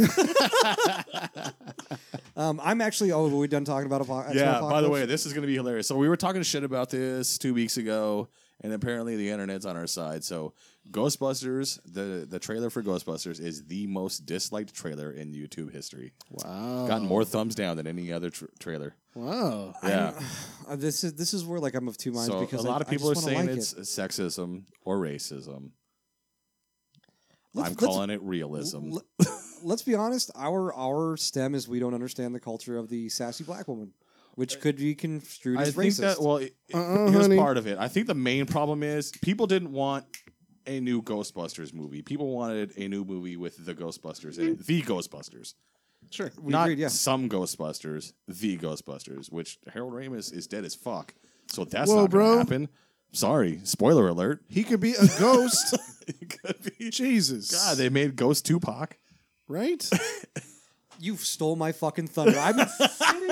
A: Um, I'm actually. Oh, are we done talking about Apo- X-Men
B: yeah.
A: Apocalypse?
B: By the way, this is going to be hilarious. So we were talking shit about this two weeks ago, and apparently the internet's on our side. So Ghostbusters, the the trailer for Ghostbusters is the most disliked trailer in YouTube history.
C: Wow.
B: Gotten more thumbs down than any other tr- trailer.
C: Wow.
B: Yeah.
A: Uh, this is this is where like I'm of two minds
B: So
A: because
B: a lot
A: I-
B: of people
A: I
B: are
A: just wanna
B: saying
A: like
B: it's
A: It.
B: sexism or racism.
A: Let's-
B: I'm
A: let's-
B: calling it realism.
A: L- Let's be honest. Our our stem is we don't understand the culture of the sassy black woman, which could be construed
B: Uh, I
A: as
B: think
A: racist.
B: that well, it, it-
C: Uh-uh,
B: here's
C: honey.
B: part of it. I think the main problem is people didn't want a new Ghostbusters movie. People wanted a new movie with the Ghostbusters in it. The Ghostbusters.
C: Sure.
A: We
B: Not
A: agreed, yeah.
B: some Ghostbusters, the Ghostbusters, which Harold Ramis is dead as fuck. So that's
D: Whoa,
B: not going
D: bro.
B: to happen. Sorry, spoiler alert.
D: He could be a ghost.
B: It could be-
C: Jesus.
B: God, they made Ghost Tupac.
C: right?
A: You stole my fucking thunder. I've been sitting.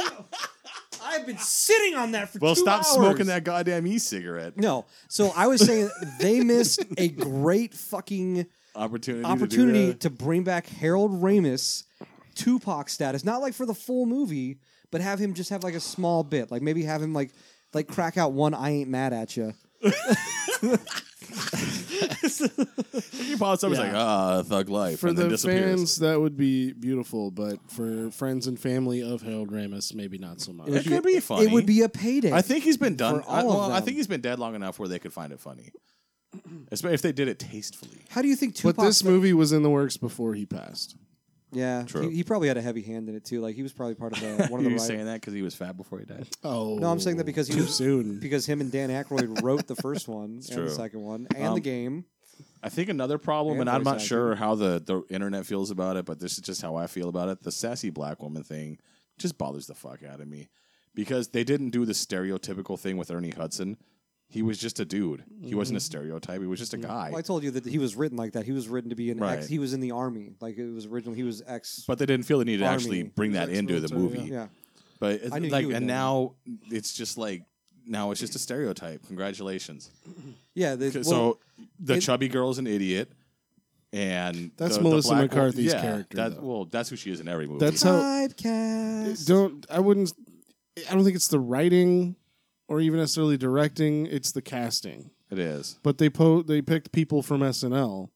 A: I've been sitting on that for
B: Well,
A: two
B: stop
A: hours.
B: smoking that goddamn e-cigarette.
A: No, so I was saying they missed a great fucking
B: Opportunity. To do
A: opportunity
B: that.
A: to bring back Harold Ramis, Tupac status, not like for the full movie, but have him just have like a small bit, like maybe have him like like crack out one "I ain't mad at you."
B: He pops up. He's like, ah, thug life,
C: For
B: and then
C: the
B: disappears.
C: fans, that would be beautiful, but for friends and family of Harold Ramis, maybe not so much.
B: It could be funny.
A: It would be a payday.
B: I think he's been
A: for
B: done. I,
A: all of
B: well, I
A: them.
B: think he's been dead long enough where they could find it funny, especially if they did it tastefully.
A: How do you think Tupac?
C: But this movie was in the works before he passed.
A: yeah,
B: True.
A: He, he probably had a heavy hand in it too. Like he was probably part of the one of
B: Are
A: the.
B: you
A: writers.
B: saying that because he was fat before he died?
C: Oh.
A: No, I'm saying that because he
C: too
A: was-
C: soon.
A: because him and Dan Aykroyd wrote the first one and
B: true. Um,
A: the second one and the game.
B: I think another problem,
A: And
B: and I'm
A: voice
B: not sure how the, the internet feels about it, but this is just how I feel about it. The sassy black woman thing just bothers the fuck out of me because they didn't do the stereotypical thing with Ernie Hudson. He was just a dude. He wasn't
A: Mm-hmm.
B: a stereotype. He was just a guy.
A: Well, I told you that he was written like that. He was written to be an
B: Right.
A: ex. He was in the army. Like it was originally. He was ex.
B: but they didn't feel the need to
A: Army.
B: actually bring that into the
C: Ex-military,
B: movie.
A: yeah.
B: But
A: I knew
B: like,
A: you would
B: and
A: know.
B: now it's just like now it's just a stereotype. Congratulations.
A: Yeah. They, well,
B: so the
A: it-
B: chubby girl's an idiot, and
C: That's
B: the- the
C: Melissa
B: black wo-
C: McCarthy's
B: yeah,
C: character,
B: that-
C: though.
B: well, that's who she is in every movie.
C: That's how.
A: typecast.
C: Don't. I wouldn't. I don't think it's the writing or even necessarily directing, it's the casting.
B: it is.
C: But they po- they picked people from SNL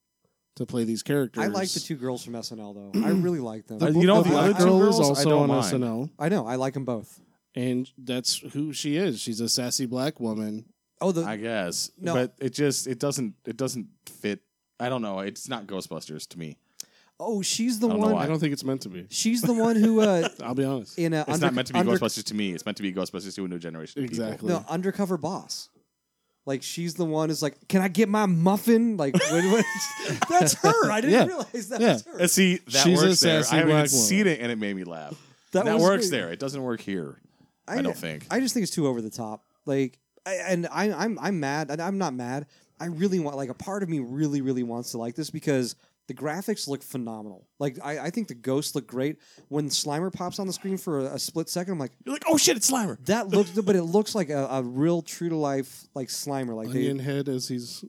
C: to play these characters.
A: I like the two girls from SNL though. I really like them.
B: Uh, you know,
C: Oh,
B: the
C: the
A: I-
C: other
B: two
C: girl is
B: girls, I
C: also
B: don't
C: on
B: mind.
C: SNL,
A: I know. I like them both.
C: and that's who she is. She's a sassy black woman.
A: Oh, the
B: I guess.
A: No.
B: But it just it doesn't it doesn't fit. I don't know. It's not Ghostbusters to me.
A: oh, she's the
B: I don't know
A: one.
B: why.
C: I don't think it's meant to be.
A: She's the one who uh,
C: I'll be honest.
A: in a
B: It's
A: under,
B: not meant to be
A: under-
B: Ghostbusters to me. It's meant to be Ghostbusters to a new generation. Of
C: Exactly.
A: no undercover boss. Like she's the one who's like, "Can I get my muffin?" Like, what, what- that's her. I didn't
C: Yeah.
A: realize that
C: Yeah.
A: was her.
B: People. Uh, See, that
C: She's a
B: works there.
C: sassy
B: I haven't even
C: black woman.
B: seen it, and it made me laugh.
A: That
B: That,
A: was
B: works
A: great.
B: there. It doesn't work here. I, don't think.
A: I just think it's too over the top. Like, I, and I, I'm I'm mad. And I'm not mad. I really want like a part of me really really wants to like this because the graphics look phenomenal. Like I, I think the ghosts look great. When Slimer pops on the screen for a, a split second, I'm like
B: You're like, oh shit, it's Slimer.
A: that looks, but it looks like a, a real true to life like Slimer, like
C: Onion
A: they,
C: Head, as he's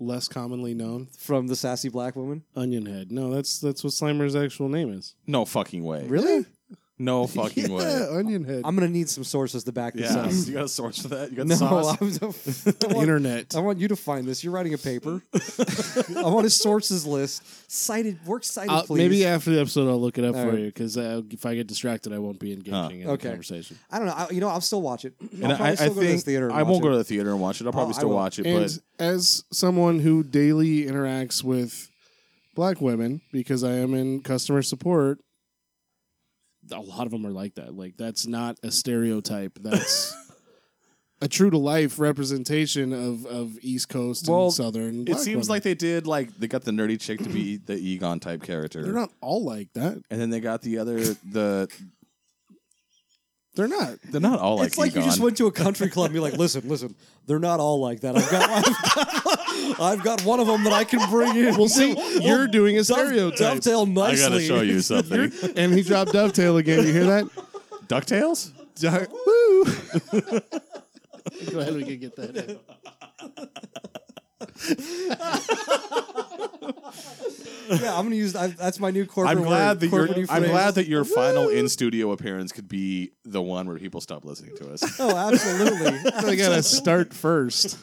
C: less commonly known.
A: from the sassy black woman.
C: Onion Head. No, that's that's what Slimer's actual name is.
B: No fucking way.
A: Really?
B: No fucking
C: yeah,
B: way.
C: Onion Head.
A: I'm gonna need some sources to back this
B: Yeah.
A: up.
B: you got a source for that? You got
A: No,
B: sauce?
A: I'm, I want-
C: Internet.
A: I want you to find this. You're writing a paper. I want a sources list. Cited, works cited,
B: Uh,
C: I'll-
A: please.
C: maybe after the episode, I'll look it up
A: All
C: for
A: right.
C: you because if I get distracted, I won't be engaging
B: Huh.
C: in
A: Okay.
C: the conversation.
A: I don't know. I, you know, I'll still watch it. I'll
B: And
A: probably
B: I,
A: still
B: I
A: go
B: think
A: to this theater. And
B: I
A: watch it.
B: won't go to the theater and watch it. I'll probably
A: I
B: still
A: will.
B: watch it,
C: And
B: but
C: as someone who daily interacts with black women, because I am in customer support, a lot of them are like that. Like that's not a stereotype. That's a true to life representation of of East Coast
B: Well,
C: and Southern.
B: it seems like they did like they got the nerdy chick to be
A: Mm-hmm.
B: the Egon type character,
C: they're not all like that.
B: and then they got the other the
C: They're not.
B: they're not all like
A: It's like you
B: Egon.
A: just went to a country club and you're like, listen, listen, they're not all like that. I've got, I've got, I've got one of them that I can bring in.
C: Well, see, you're doing a
A: Dove,
C: stereotype,
A: dovetail
B: I
A: nicely.
B: gotta show you something.
C: and he dropped dovetail again. You hear that?
B: Ducktales.
C: Doc- Woo! Glad we could get that. In.
A: Yeah, I'm gonna use I, that's my new corporate.
B: I'm glad
A: word,
B: that your
A: corporate new
B: I'm
A: phrase.
B: glad that your final in studio appearance could be the one where people stop listening to us.
A: Oh, absolutely.
C: I gotta start first.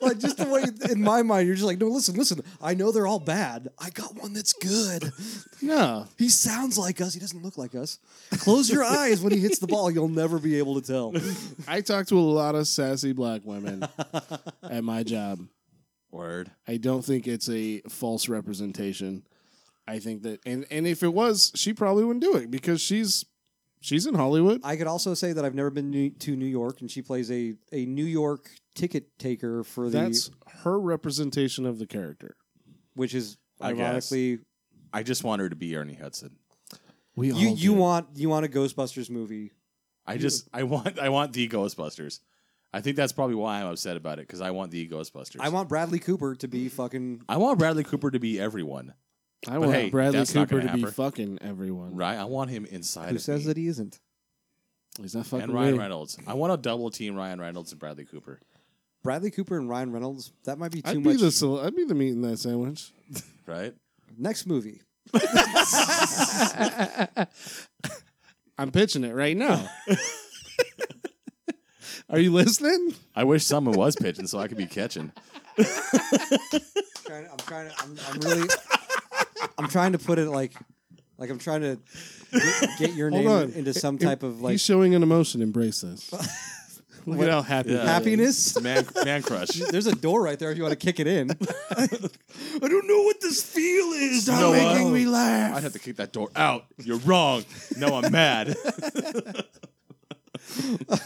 A: like just the way in my mind you're just like, no, listen, listen. I know they're all bad. I got one that's good.
C: No,
A: He sounds like us. He doesn't look like us. Close your eyes when he hits the ball. You'll never be able to tell.
C: I talk to a lot of sassy black women at my job.
B: Word.
C: I don't think it's a false representation. I think that, and and if it was, she probably wouldn't do it because she's she's in Hollywood.
A: I could also say that I've never been new, to New York, and she plays a, a New York ticket taker for the,
C: That's her representation of the character.
A: which is
B: I guess.
A: ironically
B: I just want her to be Ernie Hudson.
D: We
C: Oh,
D: all
A: you you
D: do.
A: want you want a Ghostbusters movie.
B: I just I want I want the Ghostbusters. I think that's probably why I'm upset about it because I want the Ghostbusters.
A: I want Bradley Cooper to be fucking
B: I want Bradley Cooper to be everyone,
C: I want
B: hey,
C: Bradley
B: that's not
C: Cooper
B: gonna
C: to be
B: happen.
C: fucking everyone.
B: right? I want him inside.
A: who
B: of
A: says
B: me.
A: that he isn't.
C: He's not fucking
B: and Ryan
C: me.
B: Reynolds. I want to double team Ryan Reynolds and Bradley Cooper.
A: Bradley Cooper and Ryan Reynolds. That might be too
C: I'd be
A: much.
C: the sol- I'd be the meat in that sandwich.
B: Right?
A: Next movie.
C: I'm pitching it right now. Are you listening?
B: I wish someone was pitching so I could be catching.
A: Trying- I'm trying to. I'm, I'm really. I'm trying to put it like, like I'm trying to get, get your
C: Hold
A: name
C: on.
A: into some
C: Im-
A: type of like
C: He's showing an emotion. Embrace this. Look
A: What?
C: at how happy.
B: Yeah.
C: he
A: happiness.
B: Man, man crush.
A: There's a door right there if you want to kick it in.
B: I don't know what this feel is.
D: Stop making me laugh.
B: I'd have to kick that door out. You're wrong. No, I'm mad.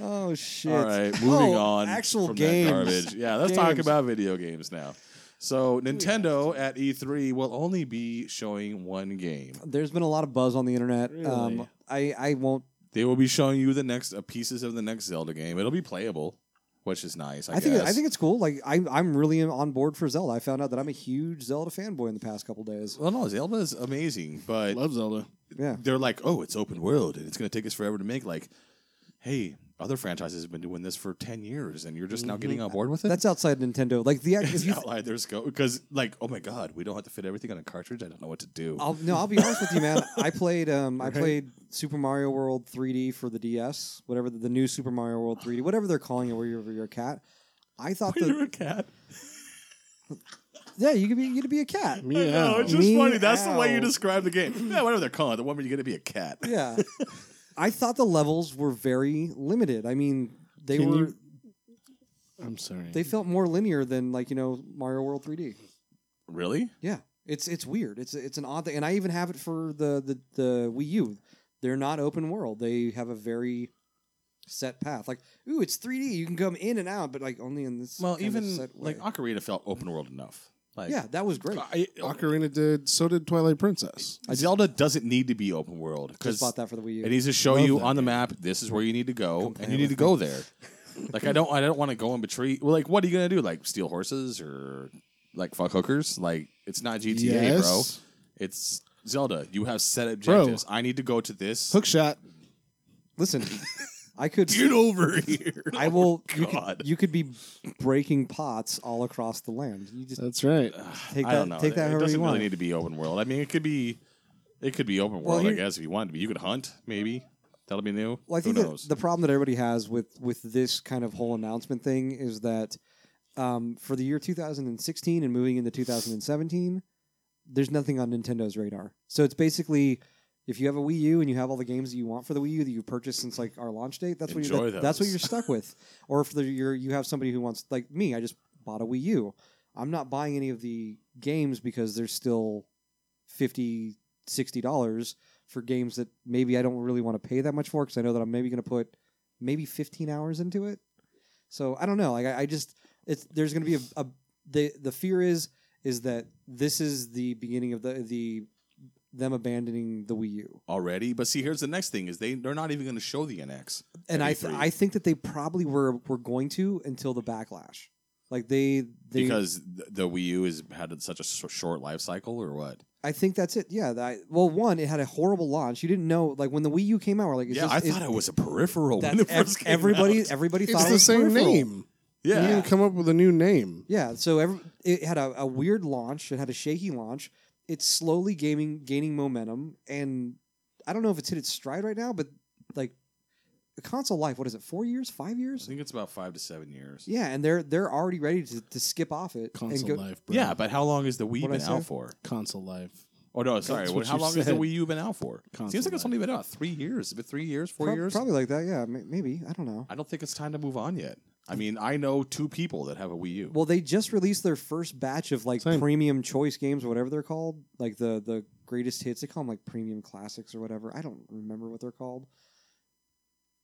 A: Oh shit!
B: All right, moving
A: Oh,
B: on.
A: Actual
B: from that
A: games.
B: garbage. Yeah, let's talk
A: Games.
B: about video games now. So Nintendo at E3 will only be showing one game.
A: There's been a lot of buzz on the internet. Um,
C: Really?
A: I I won't.
B: They will be showing you the next uh, pieces of the next Zelda game. It'll be playable, which is nice. I,
A: I, think
B: guess.
A: I think it's cool. Like I'm I'm really on board for Zelda. I found out that I'm a huge Zelda fanboy in the past couple days.
B: Well, no, Zelda is amazing, but
C: Love Zelda.
A: Yeah.
B: they're like, oh, it's open world, and it's going to take us forever to make. Like, hey, other franchises have been doing this for ten years, and you're just now getting on board with it.
A: Mm-hmm. That's outside Nintendo. Like the if
B: It's
A: you,
B: outlier. There's go because like, oh my god, we don't have to fit everything on a cartridge. I don't know what to do.
A: I'll, no, I'll be honest with you, man. I played um, I played Super Mario World 3D for the DS, whatever the, the new Super Mario World 3D, whatever they're calling it, where you're, where you're a cat. I thought
B: You're
A: that
B: a cat.
A: yeah, you could be you could be a cat.
C: Meow.
B: No, it's just
A: Me
B: funny. That's the way you
A: out.
B: describe the game. Yeah, whatever they're calling it, the one where you get to be a cat.
A: Yeah, I thought the levels were very limited. I mean, they
C: Can
A: were
C: you- I'm sorry.
A: they felt more linear than like you know Mario World 3D.
B: Really?
A: Yeah, it's it's weird. It's it's an odd thing, and I even have it for the the the Wii U. They're not open world. They have a very set path. Like, ooh, it's 3D. You can come in and out, but like only in this.
B: Well,
A: kind of
B: even
A: set way.
B: like Ocarina felt open world enough. Like,
A: yeah, that was great.
B: I,
C: Ocarina did. So did Twilight Princess.
B: Zelda doesn't need to be open world
A: Just
B: because
A: bought that for the Wii U.
B: it needs to show
C: Love
B: you
C: that
B: on the map. This is where you need to go,
A: play
B: and you
A: with
B: need to go there. like I don't, I don't want to go in between. Well, like what are you gonna do? Like steal horses or like fuck hookers? Like it's not GTA, bro.
C: yes.
B: It's Zelda. You have set objectives. I need to go to this.
C: Hook shot.
A: Listen, I could.
B: Get over here.
A: I will. you,
B: God.
A: could, you could be breaking pots all across the land. You just
C: That's right.
A: take
B: I don't
A: that.
B: know.
A: Take that
B: it
A: however
B: doesn't
A: you want.
B: really need to be open world. I mean, it could be, it could be open
A: Well,
B: world. I
A: here-
B: guess if you wanted to be, you could hunt. Maybe that'll be new.
A: Well, I think
B: Who
A: that
B: knows?
A: the problem that everybody has with with this kind of whole announcement thing is that um, for the year 2016 and moving into 2017, there's nothing on Nintendo's radar. So it's basically if you have a Wii U and you have all the games that you want for the Wii U that you've purchased since like our launch date, that's what
B: Enjoy
A: you, that- that's what
B: those.
A: you're stuck with. Or if the, you're you have somebody who wants like me, I just bought a Wii U. I'm not buying any of the games because they're still 50 60 dollars for games that maybe I don't really want to pay that much for because I know that I'm maybe going to put maybe 15 hours into it. So I don't know. Like I, I just it's there's going to be a, a the the fear is is that this is the beginning of the the them abandoning the Wii U.
B: already. But see, here's the next thing: is they they're not even going to show the NX.
A: And I th-
B: E3.
A: I think that they probably were were going to until the backlash. Like they they
B: because th- the Wii U has had such a s- short life cycle, or what?
A: I think that's it. Yeah, that well one it had a horrible launch. You didn't know like when the Wii U came out we're like is
B: yeah,
A: this,
B: I
A: is-
B: thought it was a peripheral.
A: that's
B: When it first
A: ev-
B: came
A: everybody
B: out.
A: everybody
C: It's
A: thought it
C: the
A: was
C: same
A: peripheral.
C: name. You
B: Yeah,
C: didn't come up with a new name.
A: Yeah, so every, it had a, a weird launch. It had a shaky launch. It's slowly gaming, gaining momentum, and I don't know if it's hit its stride right now, but like the console life, what is it? Four years? Five
B: I
A: years?
B: think it's about five to seven years.
A: Yeah, and they're they're already ready to, to skip off it and
C: Console
A: go.
C: life, bro.
B: Yeah, but how long has the Wii
A: What'd I
B: been out
A: say?
B: for?
C: console life.
B: Oh no, sorry.
C: That's
B: what-
C: what
B: how
C: you
B: long has the
C: said.
B: Wii U been out for?
C: Console
B: Seems like it's
C: life.
B: only been out three years. Been three years, four
A: Prob-
B: years.
A: Probably like that. Yeah, may- maybe. I don't know.
B: I don't think it's time to move on yet. I mean, I know two people that have a Wii U.
A: Well, they just released their first batch of like
C: Same.
A: premium choice games or whatever they're called, like the the greatest hits. They call them like premium classics or whatever. I don't remember what they're called,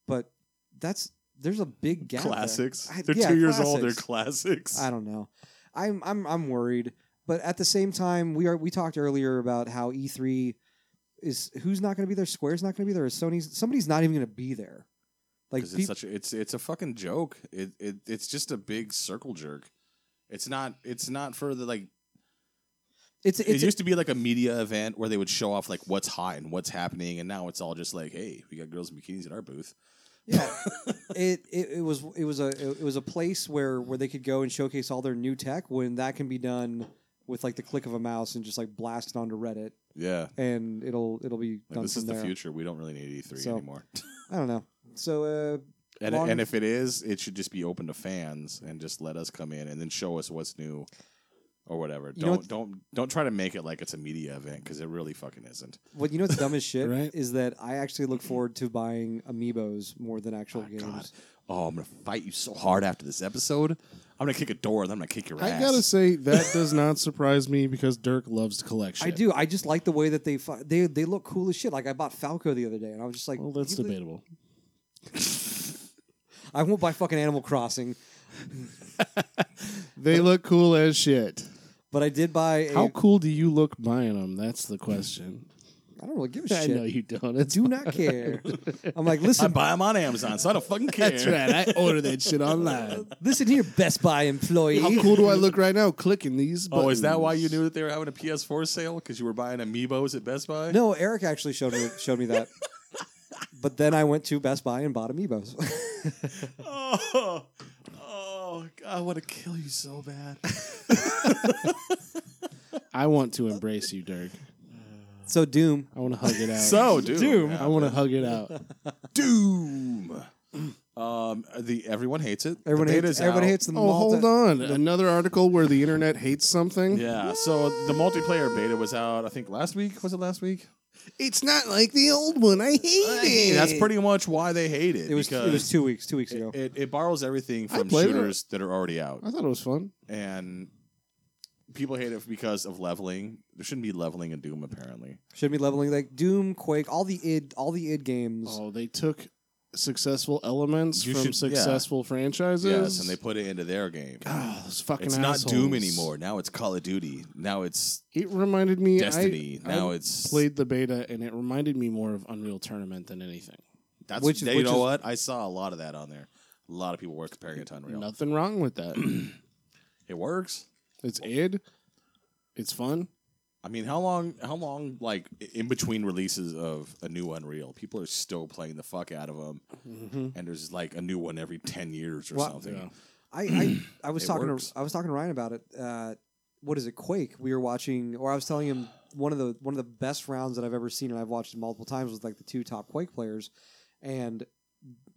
A: but that's there's a big gap. there.
B: classics.
A: I-
B: they're
A: yeah,
B: two years old. They're
A: classics.
B: classics.
A: I don't know. I'm I'm I'm worried, but at the same time, we are we talked earlier about how E3 is who's not going to be there. Square's not going to be there. Is Sony's somebody's not even going to be there. Like
B: Because
A: peop-
B: it's such a, it's it's a fucking joke. It, it it's just a big circle jerk. It's not it's not for the like.
A: it's
B: it
A: it's
B: used to be like a media event where they would show off like what's hot and what's happening, and now it's all just like, hey, we got girls in bikinis at our booth.
A: yeah. it, it it was it was a it was a place where where they could go and showcase all their new tech when that can be done with like the click of a mouse and just like blast it onto Reddit
B: Yeah,
A: and it'll it'll be
B: like,
A: done
B: this
A: from
B: is the
A: there.
B: future. We don't really need E3
A: So-
B: anymore.
A: I don't know. So uh,
B: And,
A: Long-
B: and if it is, it should just be open to fans and just let us come in and then show us what's new or whatever.
A: You know
B: don't
A: what-
B: don't don't try to make it like it's a media event because it really fucking isn't.
A: What you know what's dumb as shit
C: Right.
A: is that I actually look forward to buying amiibos more than actual
B: Oh,
A: games.
B: God. Oh, I'm gonna fight you so hard after this episode. I'm gonna kick a door and I'm gonna kick your
C: I
B: ass.
C: gotta say that does not surprise me because Dirk loves to collect
A: I
C: shit.
A: do. I just like the way that they fu- they they look cool as shit. Like I bought Falco the other day, and I was just like,
C: Well, that's
A: "You look-
C: debatable.
A: I won't buy fucking Animal Crossing,
C: They look cool as shit.
A: but I did buy. A,
C: How cool do you look buying them? That's the question.
A: I don't really give a
C: I
A: shit.
C: know you don't. It's
A: Do not care. I'm like,
B: I
A: listen,
B: buy them on Amazon, so I don't fucking care.
C: That's right. I order that shit online.
A: listen here, Best Buy employee.
C: How cool do I look right now clicking these?
B: Oh, is that why you
C: buttons?
B: knew that they were having a PS4 sale because you were buying amiibos at Best Buy?
A: No, Eric actually showed me showed me that. But then I went to Best Buy and bought amiibos.
B: Oh, oh, God, I want to kill you so bad.
C: I want to embrace you, Dirk.
A: so Doom,
C: I want to hug it out.
B: so, dude, yeah.
C: I want to hug it out.
B: Doom. Um, the everyone hates it. The
A: everyone hates
B: beta's
A: everyone
B: out.
A: hates them.
C: Oh,
A: all.
C: hold on. Another article where the internet hates something.
B: Yeah, so the multiplayer beta was out. I think last week was it last week?
C: It's not like the old one. I hate it.
B: That's pretty much why they hate it.
A: It was
B: because
A: it was two weeks two weeks ago.
B: it, it, it borrows everything from
C: played it.
B: shooters that are already out,
C: I thought it was fun.
B: and people hate it because of leveling. There shouldn't be leveling in Doom apparently.
A: Should be leveling like Doom, Quake, all the id, all the id games.
C: Oh, they took successful elements
B: You
C: from
B: should- yeah.
C: successful franchises.
B: Yes, and they put it into their game.
C: Oh, those fucking
B: it's not Doom
C: assholes.
B: anymore. Now it's Call of Duty. Now it's
C: It reminded me. I-
B: Destiny.
C: I
B: now it's
C: played the beta, and it reminded me more of Unreal Tournament than anything.
B: That's
A: Which-
B: they- you
A: which
B: know
A: is-
B: what? I saw a lot of that on there. A lot of people were comparing it to Unreal.
C: Nothing wrong with that.
B: It works.
C: it's id. It's fun.
B: I mean, how long? How long? Like i- in between releases of a new Unreal, people are still playing the fuck out of them,
C: Mm-hmm.
B: and there's like a new one every ten years or
A: Well,
B: something.
C: yeah.
A: I, I I was
B: It
A: talking
B: works.
A: to I was talking to Ryan about it. Uh, what is it? Quake. We were watching, or I was telling him one of the one of the best rounds that I've ever seen, and I've watched it multiple times with like the two top Quake players, and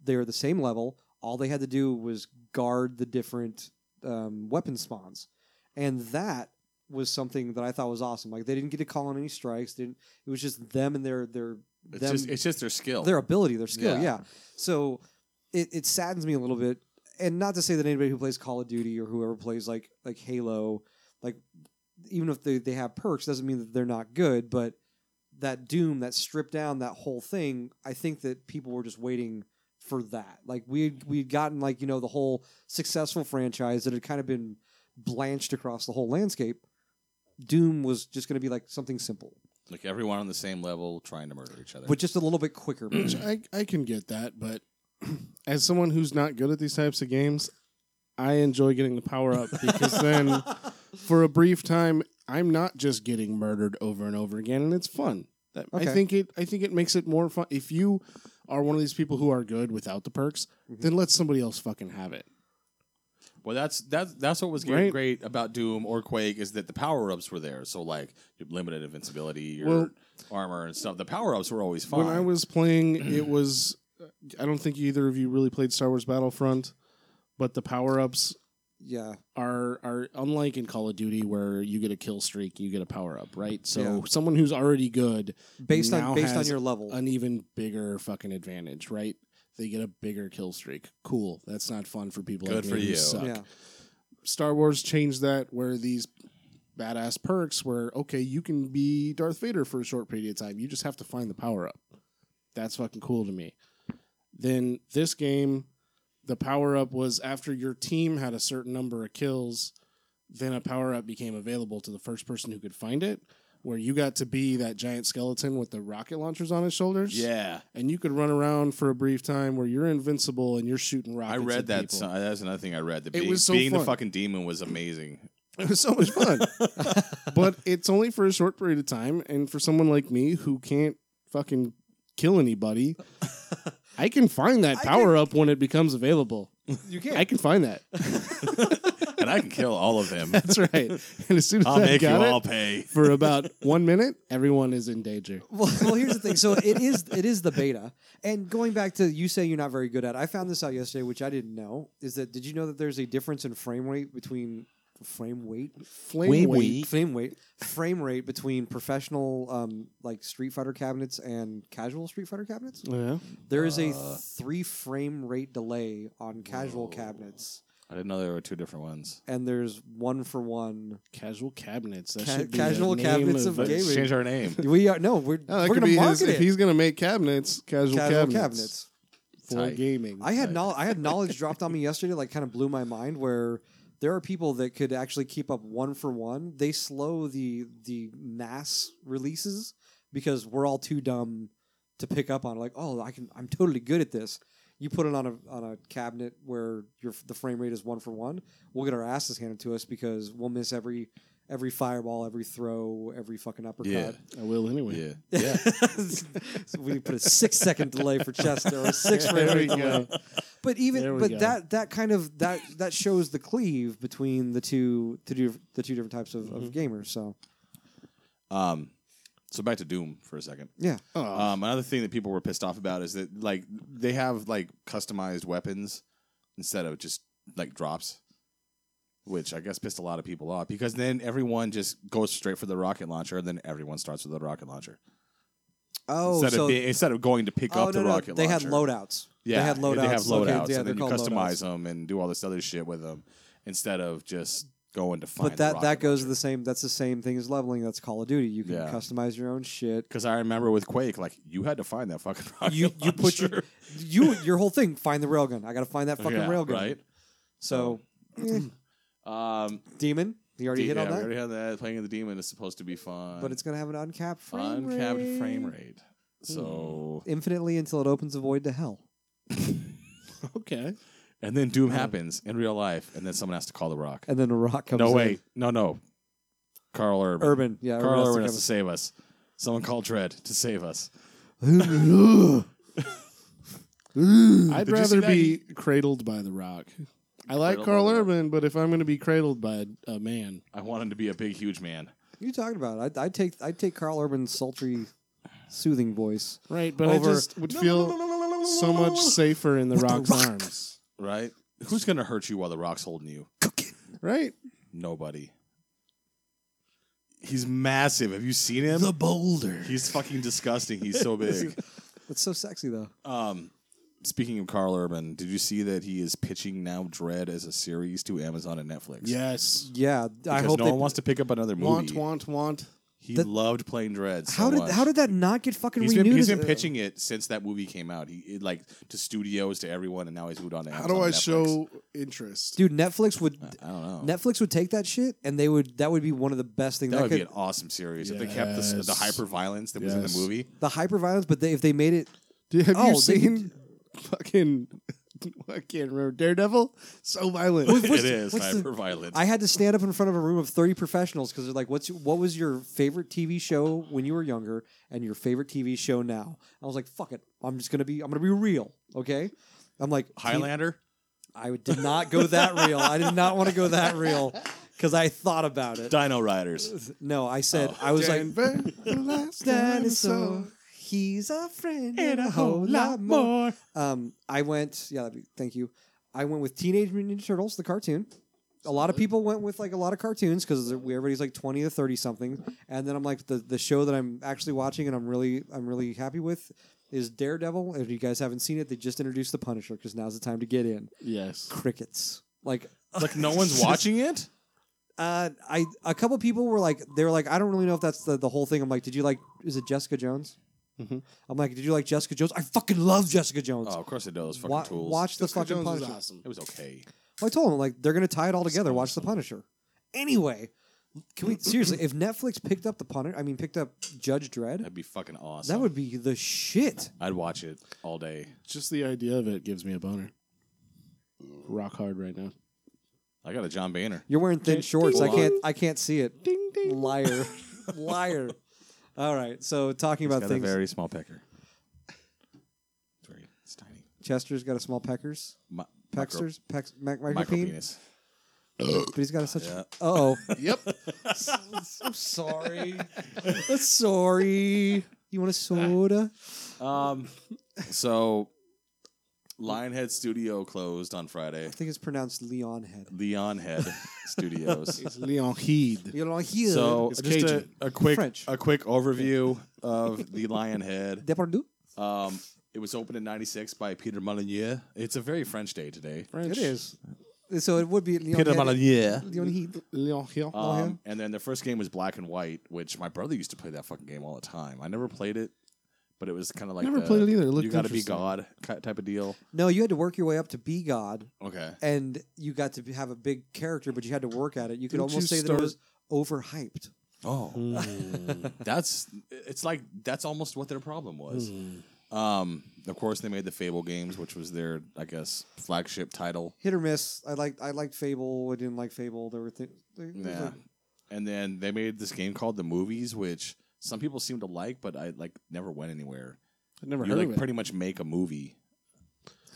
A: they were the same level. All they had to do was guard the different um, weapon spawns, and that was something that I thought was awesome. Like they didn't get to call on any strikes. Didn't it was just them and their their
B: It's
A: them
B: just it's just their skill.
A: their ability, their skill.
B: Oh. Yeah.
A: Yeah. So it, it saddens me a little bit, and not to say that anybody who plays Call of Duty or whoever plays like like Halo, like even if they, they have perks, doesn't mean that they're not good. But that Doom, that stripped down, that whole thing, I think that people were just waiting for that. Like we we'd gotten like you know the whole successful franchise that had kind of been blanched across the whole landscape. Doom was just going to be like something simple,
B: like everyone on the same level trying to murder each other.
A: but just a little bit quicker.
C: Which I, I can get that, but as someone who's not good at these types of games, I enjoy getting the power up because then for a brief time I'm not just getting murdered over and over again and it's fun. That, I
A: Okay.
C: think it I think it makes it more fun if you are one of these people who are good without the perks,
A: Mhm.
C: then let somebody else fucking have it.
B: Well, that's that's that's what was great,
C: Right.
B: great about Doom or Quake is that the power ups were there. So like your limited invincibility, your
C: Well-
B: armor and stuff. The power ups were always fine.
C: When I was playing, it was I don't think either of you really played Star Wars Battlefront, but the power ups
A: yeah,
C: are are unlike in Call of Duty where you get a kill streak, you get a power up, right? So
A: Yeah.
C: someone who's already good,
A: based
C: now
A: on based on
C: has
A: your level.
C: an even bigger fucking advantage, right? They get a bigger kill streak. Cool. That's not fun for people.
B: Good
C: that
B: for
C: game
B: you.
C: Suck.
A: Yeah.
C: Star Wars changed that where these badass perks where okay, you can be Darth Vader for a short period of time. You just have to find the power up. That's fucking cool to me. Then this game the power up was after your team had a certain number of kills, then a power up became available to the first person who could find it. Where you got to be that giant skeleton with the rocket launchers on his shoulders,
B: Yeah,
C: and you could run around for a brief time where you're invincible and you're shooting rockets.
B: I read
C: at
B: that.
C: people.
B: So, that's another thing I read. That
C: It
B: being,
C: was so
B: being the
C: fun.
B: fucking demon was amazing.
C: It was so much fun. but it's only for a short period of time. And for someone like me who can't fucking kill anybody, I can find that
A: I
C: power up when it becomes available.
A: You can't.
C: I can find that.
B: and I can kill all of them.
C: That's right. And as soon as
B: I'll
C: I
B: make you
C: got it,
B: all pay.
C: for about one minute, everyone is in danger.
A: well, well, here's the thing. So it is it is the beta. And going back to you saying you're not very good at, it, I found this out yesterday, which I didn't know. Is that did you know that there's a difference in frame rate between frame weight,
C: Flame
D: Wait,
C: weight.
D: wait.
A: frame weight, frame rate between professional um, like Street Fighter cabinets and casual Street Fighter cabinets?
C: Yeah.
A: There is a
C: Uh.
A: three frame rate delay on casual cabinets,
B: I didn't know there were two different ones.
A: and there's one for one.
C: Casual cabinets. That
A: Ca-
C: should be
A: casual
C: the name
A: cabinets
C: of,
A: of
C: a-
A: gaming.
B: Let's change our name.
A: We are no, we're
C: Oh, that
A: we're
C: could
A: gonna
C: be
A: market
C: his-
A: it.
C: If he's gonna make cabinets, casual,
A: casual
C: cabinets,
A: cabinets.
C: for
B: Tight.
C: gaming.
A: I had
B: Right.
A: knowledge. I had knowledge dropped on me yesterday. Like, kind of blew my mind. Where there are people that could actually keep up one for one. They slow the the NAS releases because we're all too dumb to pick up on. Like, oh, I can. I'm totally good at this. You put it on a on a cabinet where your the frame rate is one for one. We'll get our asses handed to us because we'll miss every every fireball, every throw, every fucking uppercut.
B: Yeah.
C: I will anyway.
B: Yeah.
A: Yeah. we put a six second delay for Chester or a six frame
C: There we
A: rate delay.
C: go.
A: But
C: There
A: even
C: we
A: but
C: go.
A: that that kind of that that shows the cleave between the two the two, the two different types of,
B: Mm-hmm.
A: of gamers. So
B: Um, so back to Doom for a second.
A: yeah,
C: Oh,
B: Um, another thing that people were pissed off about is that like they have like customized weapons instead of just like drops, which I guess pissed a lot of people off because then everyone just goes straight for the rocket launcher and then everyone starts with the rocket launcher
A: oh,
B: instead
A: so
B: of being, instead of going to pick
A: oh,
B: up the
A: no, no,
B: rocket
A: they
B: launcher.
A: had loadouts.
B: Yeah,
A: they had loadouts.
B: They have
A: Okay,
B: loadouts,
A: yeah,
B: and
A: they're
B: then you
A: called
B: customize
A: loadouts.
B: them and do all this other shit with them instead of just going to find.
A: But that that goes to the same. That's the same thing as leveling. That's Call of Duty. You can
B: Yeah.
A: customize your own shit.
B: because I remember with Quake, like you had to find that fucking rocket
A: You you put your
B: launcher.
A: you your whole thing. Find the railgun. I got to find that fucking
B: Oh, Yeah,
A: railgun.
B: right?
A: So
B: Um,
A: demon, you already
B: D-
A: hit
B: yeah,
A: on
B: we
A: that.
B: already had that. Playing the demon is supposed to be fun,
A: but it's going to have an uncapped frame
B: uncapped
A: rate. Hmm.
B: frame rate. So
A: Infinitely until it opens a void to hell.
C: okay.
B: and then
A: Hmm.
B: Doom happens in real life, and then someone has to call the Rock.
A: And then a rock comes
B: No
A: in.
B: wait, no no, Carl Urban.
A: Urban. Yeah,
B: Carl Urban
A: Urban
B: has to save us. Someone called Dread to save us.
C: I'd
B: Did you see
C: rather
B: that?
C: be cradled by the rock. I like
B: Cradled
C: Carl
B: by The Rock.
C: Urban, but if I'm going to be cradled by a, a man,
B: I want him to be a big, huge man.
A: You talking about? I would take I would take Carl Urban's sultry, soothing voice.
C: right? But
A: Over-
C: I just would feel so much safer in the rock's arms,
B: Right? Who's gonna hurt you while the rock's holding you?
C: right?
B: Nobody. He's massive. Have you seen him?
D: The boulder.
B: He's fucking disgusting. He's so big.
A: That's so sexy though.
B: Um, speaking of Carl Urban, did you see that he is pitching now Dread as a series to Amazon and Netflix?
C: Yes.
A: Yeah, I
B: Because
A: hope
B: no
A: they.
B: one wants to pick up another movie.
C: Want, want, want.
B: He
A: That-
B: loved playing Dread. So
A: how did
B: much.
A: how did that not get fucking
B: He's
A: renewed? Uh,
B: been, he's
A: as
B: been
A: a-
B: pitching it since that movie came out. He it, like to studios to everyone, and now he's moved on to.
C: How
B: Amazon
C: do I
B: and Netflix.
C: show interest?
A: Dude, Netflix would
B: I don't know.
A: Netflix would take that shit and they would that would be one of the best things
B: that,
A: that,
B: would
A: could
B: be an awesome series if they kept the,
C: Yes.
B: the hyper violence that was in the
C: Yes.
B: movie.
A: the hyper violence. But they, if they made it,
C: Dude, have
A: Oh,
C: you
A: they-
C: seen fucking? I can't remember Daredevil. So violent.
A: what's-
B: it is
A: what's the-
B: hyper violent.
A: I had to stand up in front of a room of thirty professionals because they're like, "What's what was your favorite TV show when you were younger, and your favorite TV show now?" I was like, "Fuck it, I'm just gonna be I'm gonna be real, okay." I'm like
B: Highlander.
A: I did not go that real. I did not want to go that real because I thought about it.
B: Dino Riders.
A: No, I said I was like
C: Denver, the last
A: dinosaur. He's a friend and a whole lot more. Um, I went. Yeah, that'd be, thank you. I went with Teenage Mutant Ninja Turtles, the cartoon. A lot of people went with like a lot of cartoons because everybody's like twenty to thirty something, and then I'm like the the show that I'm actually watching and I'm really I'm really happy with is Daredevil. If you guys haven't seen it, they just introduced the Punisher because now's the time to get in.
C: Yes.
A: Crickets. Like
B: Like no one's watching it.
A: uh, I a couple people were like, they were like, I don't really know if that's the, the whole thing. I'm like, did you like? Is it Jessica Jones?
C: Mhm.
A: I'm like, did you like Jessica Jones? I fucking love Jessica Jones.
B: Oh, of course it does. Fucking
A: Wa-
B: tools.
A: Watch the
C: Jessica
A: fucking
C: Jones is
A: Punisher.
C: awesome.
B: It was okay.
A: Well, I told him like they're gonna tie it all together. Watch the
B: awesome.
A: Punisher. Anyway, can we seriously? If Netflix picked up the Punisher, I mean, picked up Judge Dredd,
B: That'd be fucking awesome.
A: that would be the shit.
B: I'd watch it all day.
C: Just the idea of it gives me a boner. Rock hard right now.
B: I got a John Boehner.
A: You're wearing thin
C: Ding,
A: shorts. I
B: ding.
A: can't. I can't see it.
C: Ding ding.
A: Liar, liar. All right. So talking
B: He's
A: about
B: got a
A: things,
B: very small pecker. It's very, it's tiny.
A: Chester's got a small peckers,
B: Mi-
A: pecksters, pex, mac, micro,
B: micro
A: peen,
B: penis.
A: but he's got a such.
B: Yeah.
A: Oh,
C: Yep.
A: I'm sorry. I'm sorry. You want a soda?
B: Um, so Lionhead Studio closed on Friday.
A: I think it's pronounced Leon Head.
B: Leon Head Studios.
C: It's Leon Heed.
A: You know, uh, here.
B: So
C: It's
B: just a,
C: Cajun.
B: a quick
A: French.
B: a quick overview of the Lion Head.
A: Depardieu.
B: Um, it was opened in '96 by Peter Molyneux. It's a very French day today.
C: French.
A: It is. So it would be Leon
B: Peter
A: Head-
B: Molyneux.
A: Leon Heed.
C: Leon Heed.
B: Um, and then the first game was Black and White, which my brother used to play that fucking game all the time. I never played it, but it was kind of like
C: Never
B: the,
C: played it either. It looked
B: you got to be
C: interesting.
B: God ki- type of deal.
A: No, you had to work your way up to be God,
B: Okay.
A: and you got to be- have a big character, but you had to work at it. You could
C: Didn't
A: almost
C: you
A: say that it
C: start-
A: was overhyped.
B: Oh,
C: Hmm.
B: that's it's like that's almost what their problem was.
C: Hmm.
B: Um, of course, they made the Fable games, which was their, I guess, flagship title.
A: Hit or miss. I liked I liked Fable. I didn't like Fable. There were things.
B: Yeah. And then they made this game called The Movies, which some people seem to like, but I like never went anywhere.
C: I never
B: You
C: heard of
B: like
C: it.
B: pretty much make a movie,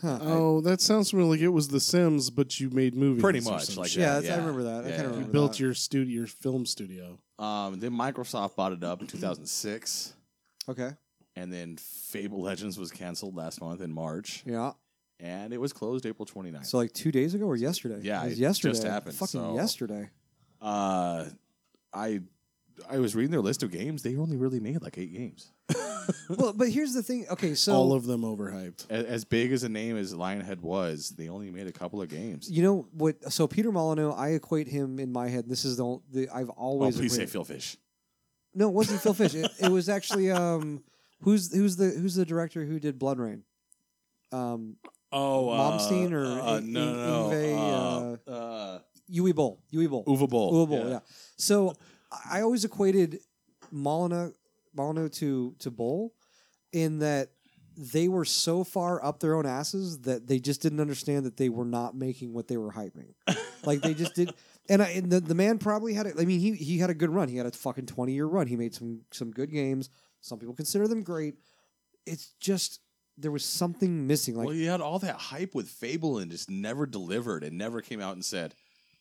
C: oh, that sounds more like it was The Sims, but you made movies.
B: pretty
C: or
B: much
C: some
B: like
C: shit.
A: yeah,
B: that,
A: that's- I remember that. I kinda
B: Yeah. You
A: remember
C: You built
A: that.
C: your studio, your film studio.
B: Um, then Microsoft bought it up in 2006,
A: Okay.
B: and then Fable Legends was canceled last month in March,
A: Yeah.
B: and it was closed April 29th.
A: So like two days ago or yesterday?
B: Yeah,
A: It was
B: it just
A: yesterday.
B: happened,
A: Fucking
B: so-
A: yesterday.
B: Uh, I I was reading their list of games. They only really made like eight games.
A: well, but here's the thing. Okay, so
C: All of them overhyped.
B: As, as big as a name as Lionhead was, they only made a couple of games.
A: you know what? So Peter Molyneux, I equate him in my head. This is the, the I've
B: Oh,
A: always
B: please say
A: equated-
B: Phil Fish.
A: No, it wasn't Phil Fish. It, it was actually um, who's who's the who's the director who did Blood Rain? Um,
B: Oh,
A: uh, Momstein or uh, I- no,
B: no,
A: no,
B: no, uh,
A: no, Yngwie, Uwe Boll. Uwe Boll.
B: Uwe Boll.
A: uh, Uwe Boll. Yeah. So I- I always equated Molyneux Molyneux to to Boll in that they were so far up their own asses that they just didn't understand that they were not making what they were hyping. like they just did. And, I, and the, the man probably had it. I mean, he he had a good run. He had a fucking twenty year run. He made some some good games. Some people consider them great. It's just there was something missing. Like
B: well, you had all that hype with Fable and just never delivered, and never came out and said,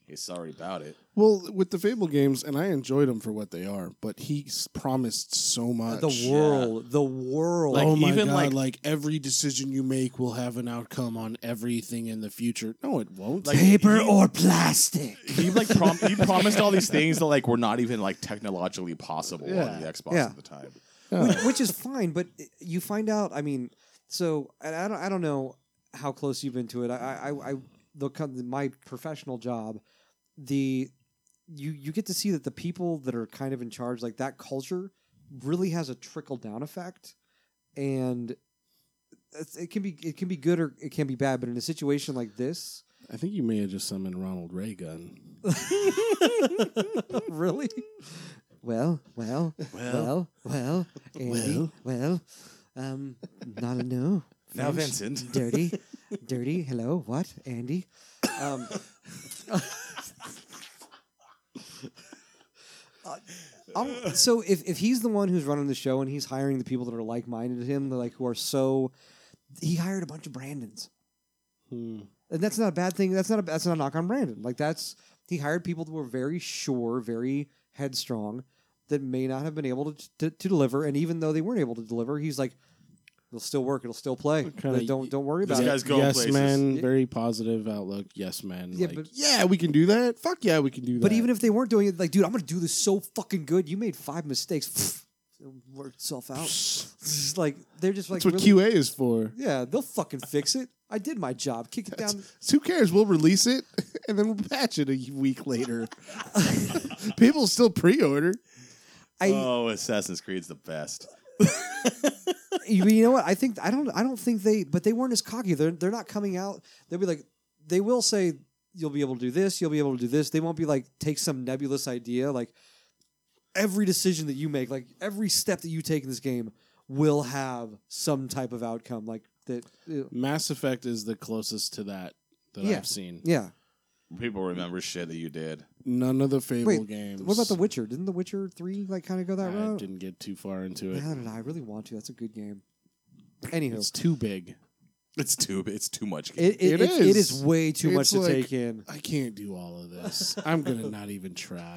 B: "Hey, sorry about it."
C: Well, with the Fable games, and I enjoyed them for what they are, but he s- promised so much.
A: the world, the world.
C: oh my
B: even
C: god!
B: like-
C: Like, every decision you make will have an outcome on everything in the future. No, it won't.
B: Like,
A: Oh, paper
B: he-
A: or plastic.
B: he like prom- he promised all these things that like were not even like technologically possible
C: Yeah.
B: on the Xbox
A: Yeah.
B: at the time.
A: which, which is fine. But eh, you find out. I mean, so and I don't. I don't know how close you've been to it. I. I. I the co- my professional job, the you you get to see that the people that are kind of in charge, like that culture, really has a trickle down effect, and it's- it can be it can be good or it can be bad. But in a situation like this,
C: I think you may have just summoned Ronald Reagan.
A: really? Well, well, well, well, Andy, well, um, not a no.
B: Now,
A: French,
B: Vincent.
A: dirty, dirty. Hello, what, Andy? Um, uh, I'll- so if if he's the one who's running the show and he's hiring the people that are like minded to him, like who are so, he hired a bunch of Brandons
C: Hmm.
A: and that's not a bad thing. That's not a that's not a knock on Brandon. Like that's he hired people that were very sure, very headstrong, that may not have been able to to, to deliver. And even though they weren't able to deliver, he's like, it'll still work. It'll still play.
C: Kinda-
A: Like, don't don't worry
B: This
A: about
B: guy's
A: it.
B: going
C: yes,
B: places.
C: man.
A: Yeah.
C: Very positive outlook. Yes, man.
A: Yeah,
C: like,
A: but-
C: yeah, we can do that. Fuck yeah, we can do that.
A: But even if they weren't doing it, like, dude, I'm gonna do this so fucking good. You made five mistakes. It'll work itself out. It's just like they're just like
C: that's what
A: really-
C: QA is for.
A: yeah, they'll fucking fix it. I did my job. Kick it down.
C: Who cares? We'll release it and then we'll patch it a week later. People still pre-order.
A: I
B: oh, Assassin's Creed's the best.
A: you, you know what? I think I don't. I don't think they. But they weren't as cocky. They're they're not coming out. They'll be like, they will say you'll be able to do this. You'll be able to do this. They won't be like take some nebulous idea. Like every decision that you make, like every step that you take in this game, will have some type of outcome. Like that. uh,
C: Mass Effect is the closest to that that
A: Yeah.
C: I've seen.
A: Yeah.
B: People remember shit that you did.
C: None of the Fable
A: Wait,
C: games.
A: What about The Witcher? Didn't The Witcher three like kind of go that
C: I
A: route?
C: didn't get too far into it.
A: I don't know. I really want to. That's a good game. Anywho,
C: It's too big.
B: It's too. It's too much.
A: it, it,
C: it
A: it's- it
C: is.
A: is way too much
C: It's
A: to
C: like-
A: take in.
C: I can't do all of this. I'm gonna not even try.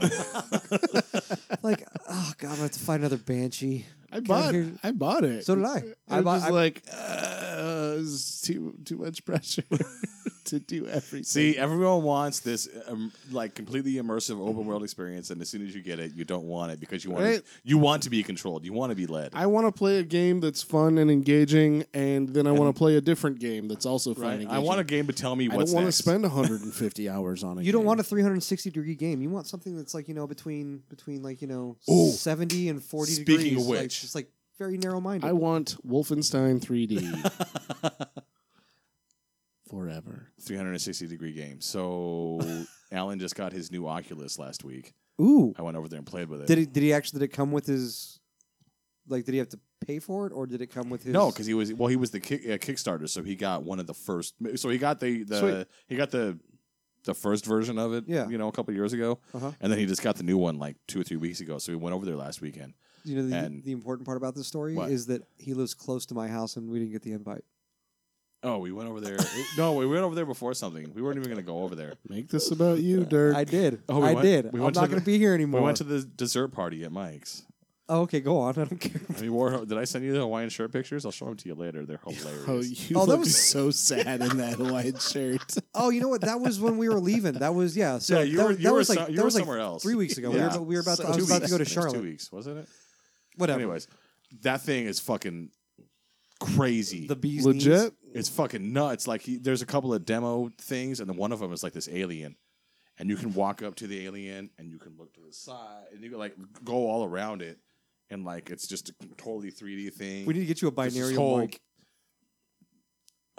A: Like, oh god, I have to find another banshee.
C: I bought.
A: hear-
C: I bought it.
A: So did I. I
C: I
A: bought-
C: was
A: I-
C: just like, uh, it's too too much pressure to do everything.
B: See, everyone wants this um, like completely immersive open world experience, and as soon as you get it, you don't want it because you want
C: Right.
B: you want to be controlled. You want to be led.
C: I want to play a game that's fun and engaging, and then I want to play a different game that's also fun.
B: Right?
C: And
B: I
C: engaging.
B: want a game to tell me
C: I
B: what's
C: don't want
B: next.
C: to spend 150 hours on it.
A: You don't want a 360 degree game. You want something that's like you know between between like you know 70 and 40
B: Speaking
A: degrees.
B: of
A: like,
B: which.
A: just like very narrow minded.
C: I want Wolfenstein 3D forever.
B: 360 degree game. So Alan just got his new Oculus last week.
A: Ooh,
B: I went over there and played with it.
A: did he did he actually did it come with his? Like, did he have to pay for it, or did it come with his?
B: No, because he was well, he was the kick, uh, Kickstarter, so he got one of the first. So he got the, the
A: Sweet.
B: he got the the first version of it.
A: Yeah.
B: you know, a couple years ago,
A: Uh-huh.
B: and then he just got the new one like two or three weeks ago. So we went over there last weekend.
A: you know the,
B: and-
A: the important part about this story
B: What?
A: is that he lives close to my house, and we didn't get the invite.
B: Oh, we went over there. no, we went over there before something. We weren't even going to go over there.
C: Make this about you, Dirk.
A: I did.
B: Oh, we
A: I
B: went-
A: did.
B: we
A: I'm
B: went to
A: not
B: the-
A: going to be here anymore.
B: We went to the dessert party at Mike's.
A: oh, okay, go on. I don't care.
B: We wore. Did I send you the Hawaiian shirt pictures? I'll show them to you later. They're hilarious.
C: oh, you
A: Oh, that
C: look
A: was-
C: so sad in that Hawaiian shirt.
A: Oh, you know what? That was when we were leaving. That was yeah. So
B: yeah, you
A: that,
B: were.
A: that
B: You were,
A: was
B: so-
A: like
B: you
A: that
B: were
A: was
B: somewhere
A: like
B: else.
A: three weeks ago. We,
B: Yeah.
A: were, we were about. To,
B: Two
A: I was about to
B: weeks.
A: go to
B: It was Two
A: Charlotte.
B: weeks, wasn't it?
A: Whatever.
B: Anyways, that thing is fucking crazy.
A: the bees
C: Legit.
B: it's fucking nuts. Like he, there's a couple of demo things, and then one of them is like this alien, and you can walk up to the alien, and you can look to the side, and you can like go all around it, and like it's just a totally 3D thing.
A: We need to get you a
B: There's this
A: binary
B: whole
A: mic.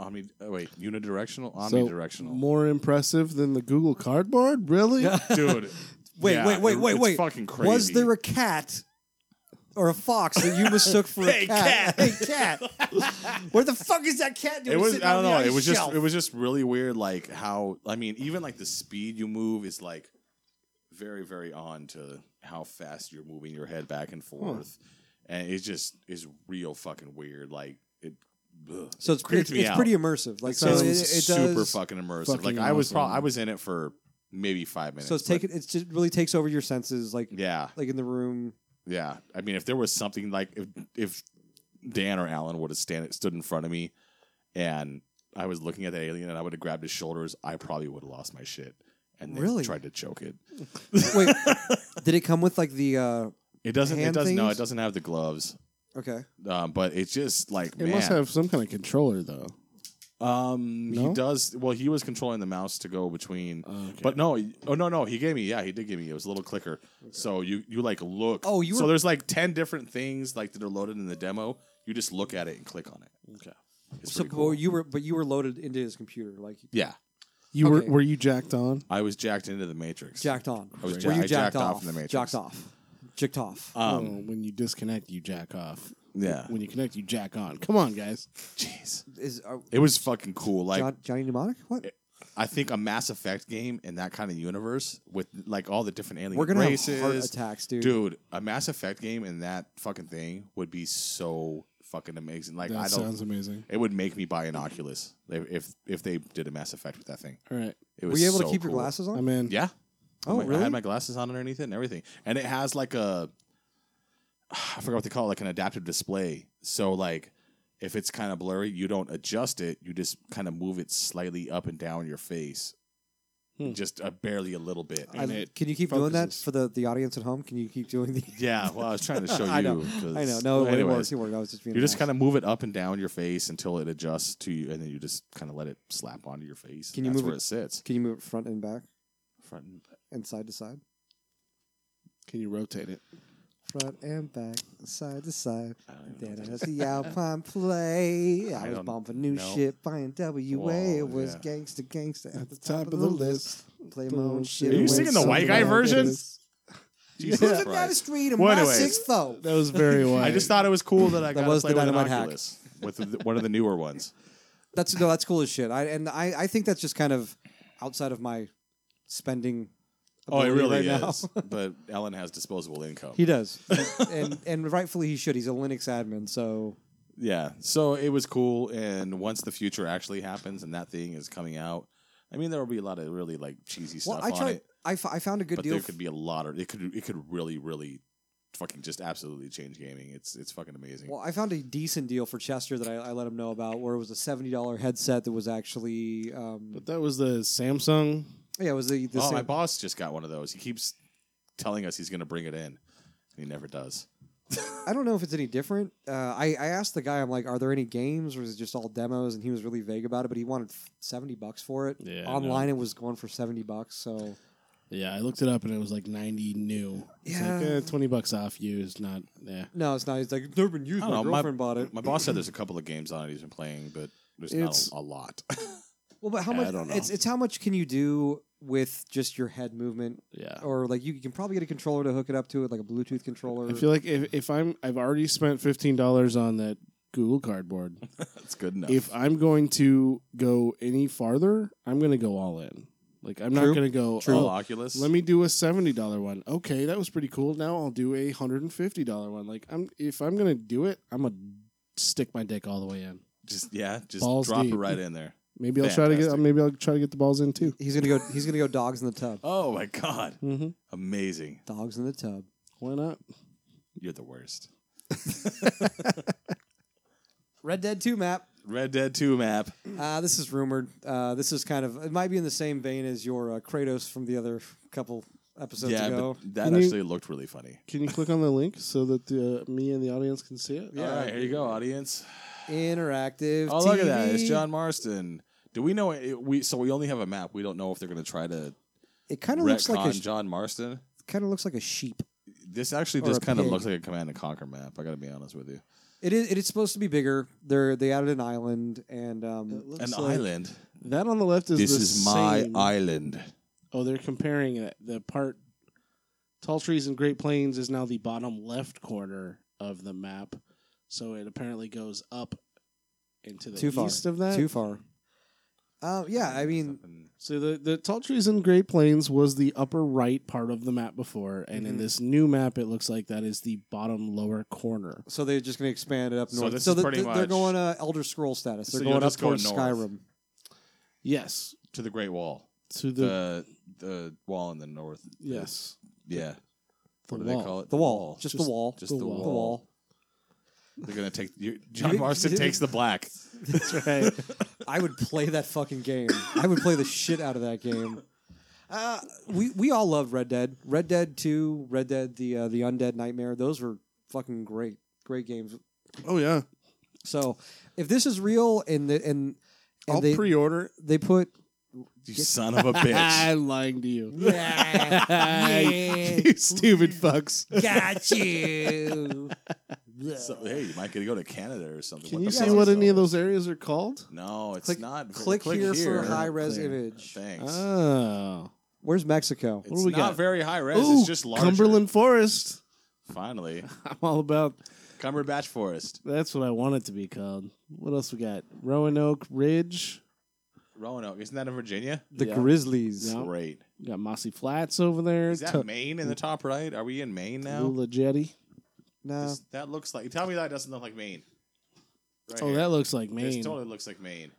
B: Omni, oh, wait, unidirectional,
C: So,
B: omnidirectional.
C: more impressive than the Google Cardboard, really?
B: Dude,
A: Wait,
B: yeah,
A: wait, wait,
B: it-
A: wait,
B: it's
A: wait.
B: Fucking crazy.
A: Was there a cat or a fox that you mistook for a
B: Hey,
A: cat? Hey cat! Where the fuck is that cat doing?
B: It was.
A: sitting
B: I
A: on the
B: don't know.
A: ice
B: It was
A: shelf?
B: just. It was just really weird. Like how. I mean, even like the speed you move is like very, very on to how fast you're moving your head back and forth, and it just is real fucking weird. Like it. ugh.
A: so it's
B: creeped
A: it's,
B: me
A: it's
B: out.
A: pretty immersive. Like so,
B: it's
A: it, it
B: super
A: does.
B: fucking immersive.
C: fucking
B: like I was. Pro-
C: awesome.
B: I was in it for maybe five minutes.
A: So it's
B: but-
A: taking. It's just really takes over your senses. Like
B: Yeah,
A: like in the room.
B: yeah. I mean, if there was something like if if Dan or Alan would have stand stood in front of me, and I was looking at that alien, and I would have grabbed his shoulders, I probably would have lost my shit and then
A: Really?
B: tried to choke it.
A: Wait, did it come with like the? uh
B: It doesn't. It
A: Hand
B: does no.
A: things?
B: It doesn't have the gloves.
A: Okay.
B: Um, but it's just like
C: It
B: man.
C: must have some kind of controller, though.
B: um,
C: No?
B: he does. Well, he was controlling the mouse to go between.
C: Okay.
B: But no, oh no, no, he gave me. Yeah, he did give me. It was a little clicker. So you you like look.
A: Oh, you
B: so
A: were-
B: there's like ten different things like that are loaded in the demo. You just look at it and click on it.
C: Okay.
B: It's
A: So
B: pretty cool.
A: but you were but you were loaded into his computer, like
B: yeah,
C: You
A: Okay.
C: were were you jacked on?
B: I was jacked into the Matrix.
A: jacked on.
B: I was
A: were
B: ja-
A: you
B: I
A: jacked,
B: jacked
A: off?
B: off in the Matrix.
A: Jacked off. Jacked off.
B: Um,
C: Oh, when you disconnect, you jack off.
B: yeah.
C: When you connect, you jack on. Come on, guys.
B: Jeez,
A: Is uh,
B: it was fucking cool. Like
A: John, Johnny Mnemonic? What?
B: I think a Mass Effect game in that kind of universe with like all the different alien
A: We're gonna
B: races.
A: have heart attacks, dude.
B: Dude, a Mass Effect game in that fucking thing would be so fucking amazing. Like I
C: That
B: don't.
C: sounds amazing.
B: it would make me buy an Oculus if if- if they did a Mass Effect with that thing.
C: All right,
B: It
A: Were
B: was
A: you able
B: so
A: to keep your
B: cool.
A: glasses on?
C: I'm in.
B: Yeah.
A: Oh,
B: My- I
A: really?
B: had my glasses on underneath it and everything, and it has like a I forgot what they call it, like an adaptive display. So like, if it's kind of blurry, you don't adjust it; you just kind of move it slightly up and down your face,
C: Hmm.
B: just uh, barely a little bit.
A: I-
C: and it
A: can you keep doing that
C: focuses.
A: for the, the audience at home? Can you keep doing the?
B: yeah, well, I was trying to show you.
A: I know.
B: 'cause-
A: I know. No, it
B: anyways,
A: works. It worked. I was just being.
B: You just kind of move it up and down your face until it adjusts to you, and then you just kind of let it slap onto your face.
A: Can
B: Can
A: you
B: you That's
A: move
B: where
A: it-
B: it, sits?
A: Can you move it front and back
B: Front and back.
A: and side to side?
C: Can you rotate it?
A: front and back, side to side.
B: I don't even know
A: Then
B: what that
A: I
B: is.
A: the Alpine play. I,
B: I
A: was
B: don't
A: bumping new
B: know.
A: shit, buying WA.
B: Whoa,
A: it was
B: yeah.
A: gangsta gangsta at the
C: top of the
A: list. Play my own
C: Are
A: shit.
C: you
A: and win
B: singing the white
A: some
B: guy
A: of my
B: version?
A: business.
B: Jesus
A: Living down the
B: Christ.
A: street in
B: Well,
A: my
B: anyways.
A: sixth though.
C: That was very wide.
B: I just thought it was cool that I got
A: was
B: to play
A: the
B: with an
A: dynamite hack.
B: Oculus with the, one of the newer ones.
A: That's no, that's cool as shit. I and I, I think that's just kind of outside of my spending.
B: Oh, it
A: ability
B: really
A: right now.
B: is. but Ellen has disposable income.
A: He does, and and rightfully he should. He's a Linux admin, so
B: Yeah. So it was cool. And once the future actually happens and that thing is coming out, I mean, there will be a lot of really like cheesy
A: well,
B: stuff
A: I
B: on
A: tried.
B: it.
A: I, f- I found a good
B: But
A: deal.
B: there
A: f-
B: could be a lot of it could it could really really fucking just absolutely change gaming. It's it's fucking amazing.
A: well, I found a decent deal for Chester that I, I let him know about, where it was a seventy dollar headset that was actually, um,
C: But that was the Samsung.
A: yeah, it was the, the
B: oh, my
A: same-
B: boss just got one of those. He keeps telling us he's going to bring it in, and he never does.
A: I don't know if it's any different. Uh, I I asked the guy, I'm like, are there any games or is it just all demos? And he was really vague about it, but he wanted f- seventy bucks for it.
C: Yeah, I
A: Online, it was going for seventy bucks. So
C: Yeah, I looked it up and it was like ninety new. It's like,
A: Yeah.
C: eh, twenty bucks off used. Not yeah.
A: no, it's not. He's like, it's never been used.
B: I
A: My
B: don't know, my-
A: girlfriend bought it.
B: My boss said there's a couple of games on it he's been playing, but there's
C: It's-
B: not a, a lot.
A: Well, but how
B: Yeah,
A: much?
B: I don't know.
A: It's it's how much can you do with just your head movement,
C: Yeah.
A: or like you, can probably get a controller to hook it up to it, like a Bluetooth controller.
C: I feel like if, if I'm I've already spent fifteen dollars on that Google Cardboard.
B: That's good enough.
C: If I'm going to go any farther, I'm gonna go all in. Like I'm
A: True.
C: not gonna go
B: All
C: "Oh,
B: Oculus.
C: Let me do a seventy dollar one. Okay, that was pretty cool. Now I'll do a hundred and fifty dollar one. Like I'm if I'm gonna do it, I'm gonna stick my dick all the way in.
B: just yeah, just
C: Balls
B: drop
C: deep.
B: it right in there.
C: Maybe I'll try to get
B: Fantastic.
C: maybe I'll try to get the balls in too.
A: he's gonna go. He's gonna go. Dogs in the tub.
B: Oh my god,
C: Mm-hmm.
B: amazing!
A: Dogs in the tub.
C: Why not?
B: You're the worst.
A: Red Dead Two map.
B: Red Dead Two map.
A: Uh, this is rumored. Uh, this is kind of. It might be in the same vein as your uh, Kratos from the other couple episodes
B: yeah,
A: ago.
B: but that
C: Can you-
B: actually looked really funny.
C: Can you click on the link so that the, me and the audience can see it?
B: All right, here you go, audience.
A: Interactive.
B: Oh, look at that! It's
A: TV.
B: John Marston. Do we know it, we? So we only have a map. We don't know if they're going to try to
A: It kind of looks
B: retcon
A: like a.
B: John Marston.
A: Kind of looks like a sheep.
B: This actually
A: Or
B: just
A: a
B: kind of
A: pig.
B: looks like a Command and Conquer map. I got to be honest with you.
A: It is. It is supposed to be bigger. They're they added an island and
C: Uh,
A: um,
B: An island.
C: That on the left is
B: This
C: the
B: is my
C: same-
B: island.
C: Oh, they're comparing it. The part Tall Trees and Great Plains is now the bottom left corner of the map. So it apparently goes up into the
A: Too far.
C: east of that.
A: too far. Uh, yeah, I mean,
C: So the, the Tall Trees and Great Plains was the upper right part of the map before, and in
A: Mhm.
C: this new map it looks like that is the bottom lower corner.
A: so they're just going to expand it up
B: So
A: north.
B: this
A: so
B: is
A: the-
B: pretty
A: the- they're
B: much-
A: going uh, Elder Scroll status. They're
B: So you'll
A: going up
B: just go
A: towards
B: north.
A: Skyrim.
C: Yes.
B: to the Great Wall.
C: To the,
B: The the wall in the north.
C: yes.
B: Yeah.
C: The
B: what do
C: wall.
B: they call it?
A: The wall, just,
C: Just-
A: the wall,
B: just the
A: the
B: wall.
A: wall.
B: They're gonna take you, John Marston takes the black.
C: That's right.
A: I would play that fucking game. I would play the shit out of that game. Uh, we we all loved Red Dead, Red Dead Two, Red Dead the uh, the Undead Nightmare. Those were fucking great, great games.
C: oh yeah.
A: So if this is real and the, and, and
C: I'll
A: they
C: pre-order.
A: they put
B: You son of a bitch.
C: I'm lying to you.
A: Yeah.
C: you stupid fucks.
A: got you.
B: so, hey, you might get to go to Canada or something.
C: Can you
B: the
C: see
B: fuck
C: what
B: is
C: any of
B: that?
C: those areas are called?
B: No, it's
A: Click-
B: not.
A: Click, here, for a high res
C: Clear.
A: image. Uh,
B: Thanks.
C: Oh.
A: Where's Mexico?
B: it's
C: do we
B: not
C: got?
B: very high res.
C: Ooh,
B: it's just larger.
C: Cumberland Forest.
B: Finally,
C: I'm all about
B: Cumberbatch Forest,
C: that's what I want it to be called. What else we got? Roanoke Ridge.
B: Roanoke. Isn't that in Virginia?
A: The
C: Yeah.
A: Grizzlies.
C: Yeah.
B: Great.
C: We got Mossy Flats over there.
B: Is that Maine in the top right? Are we in Maine now?
C: Tula Jetty.
A: No.
B: This- that looks like. Tell me that doesn't look like Maine. Right
C: Oh,
B: here.
C: that looks like
B: This
C: Maine.
B: totally looks like Maine.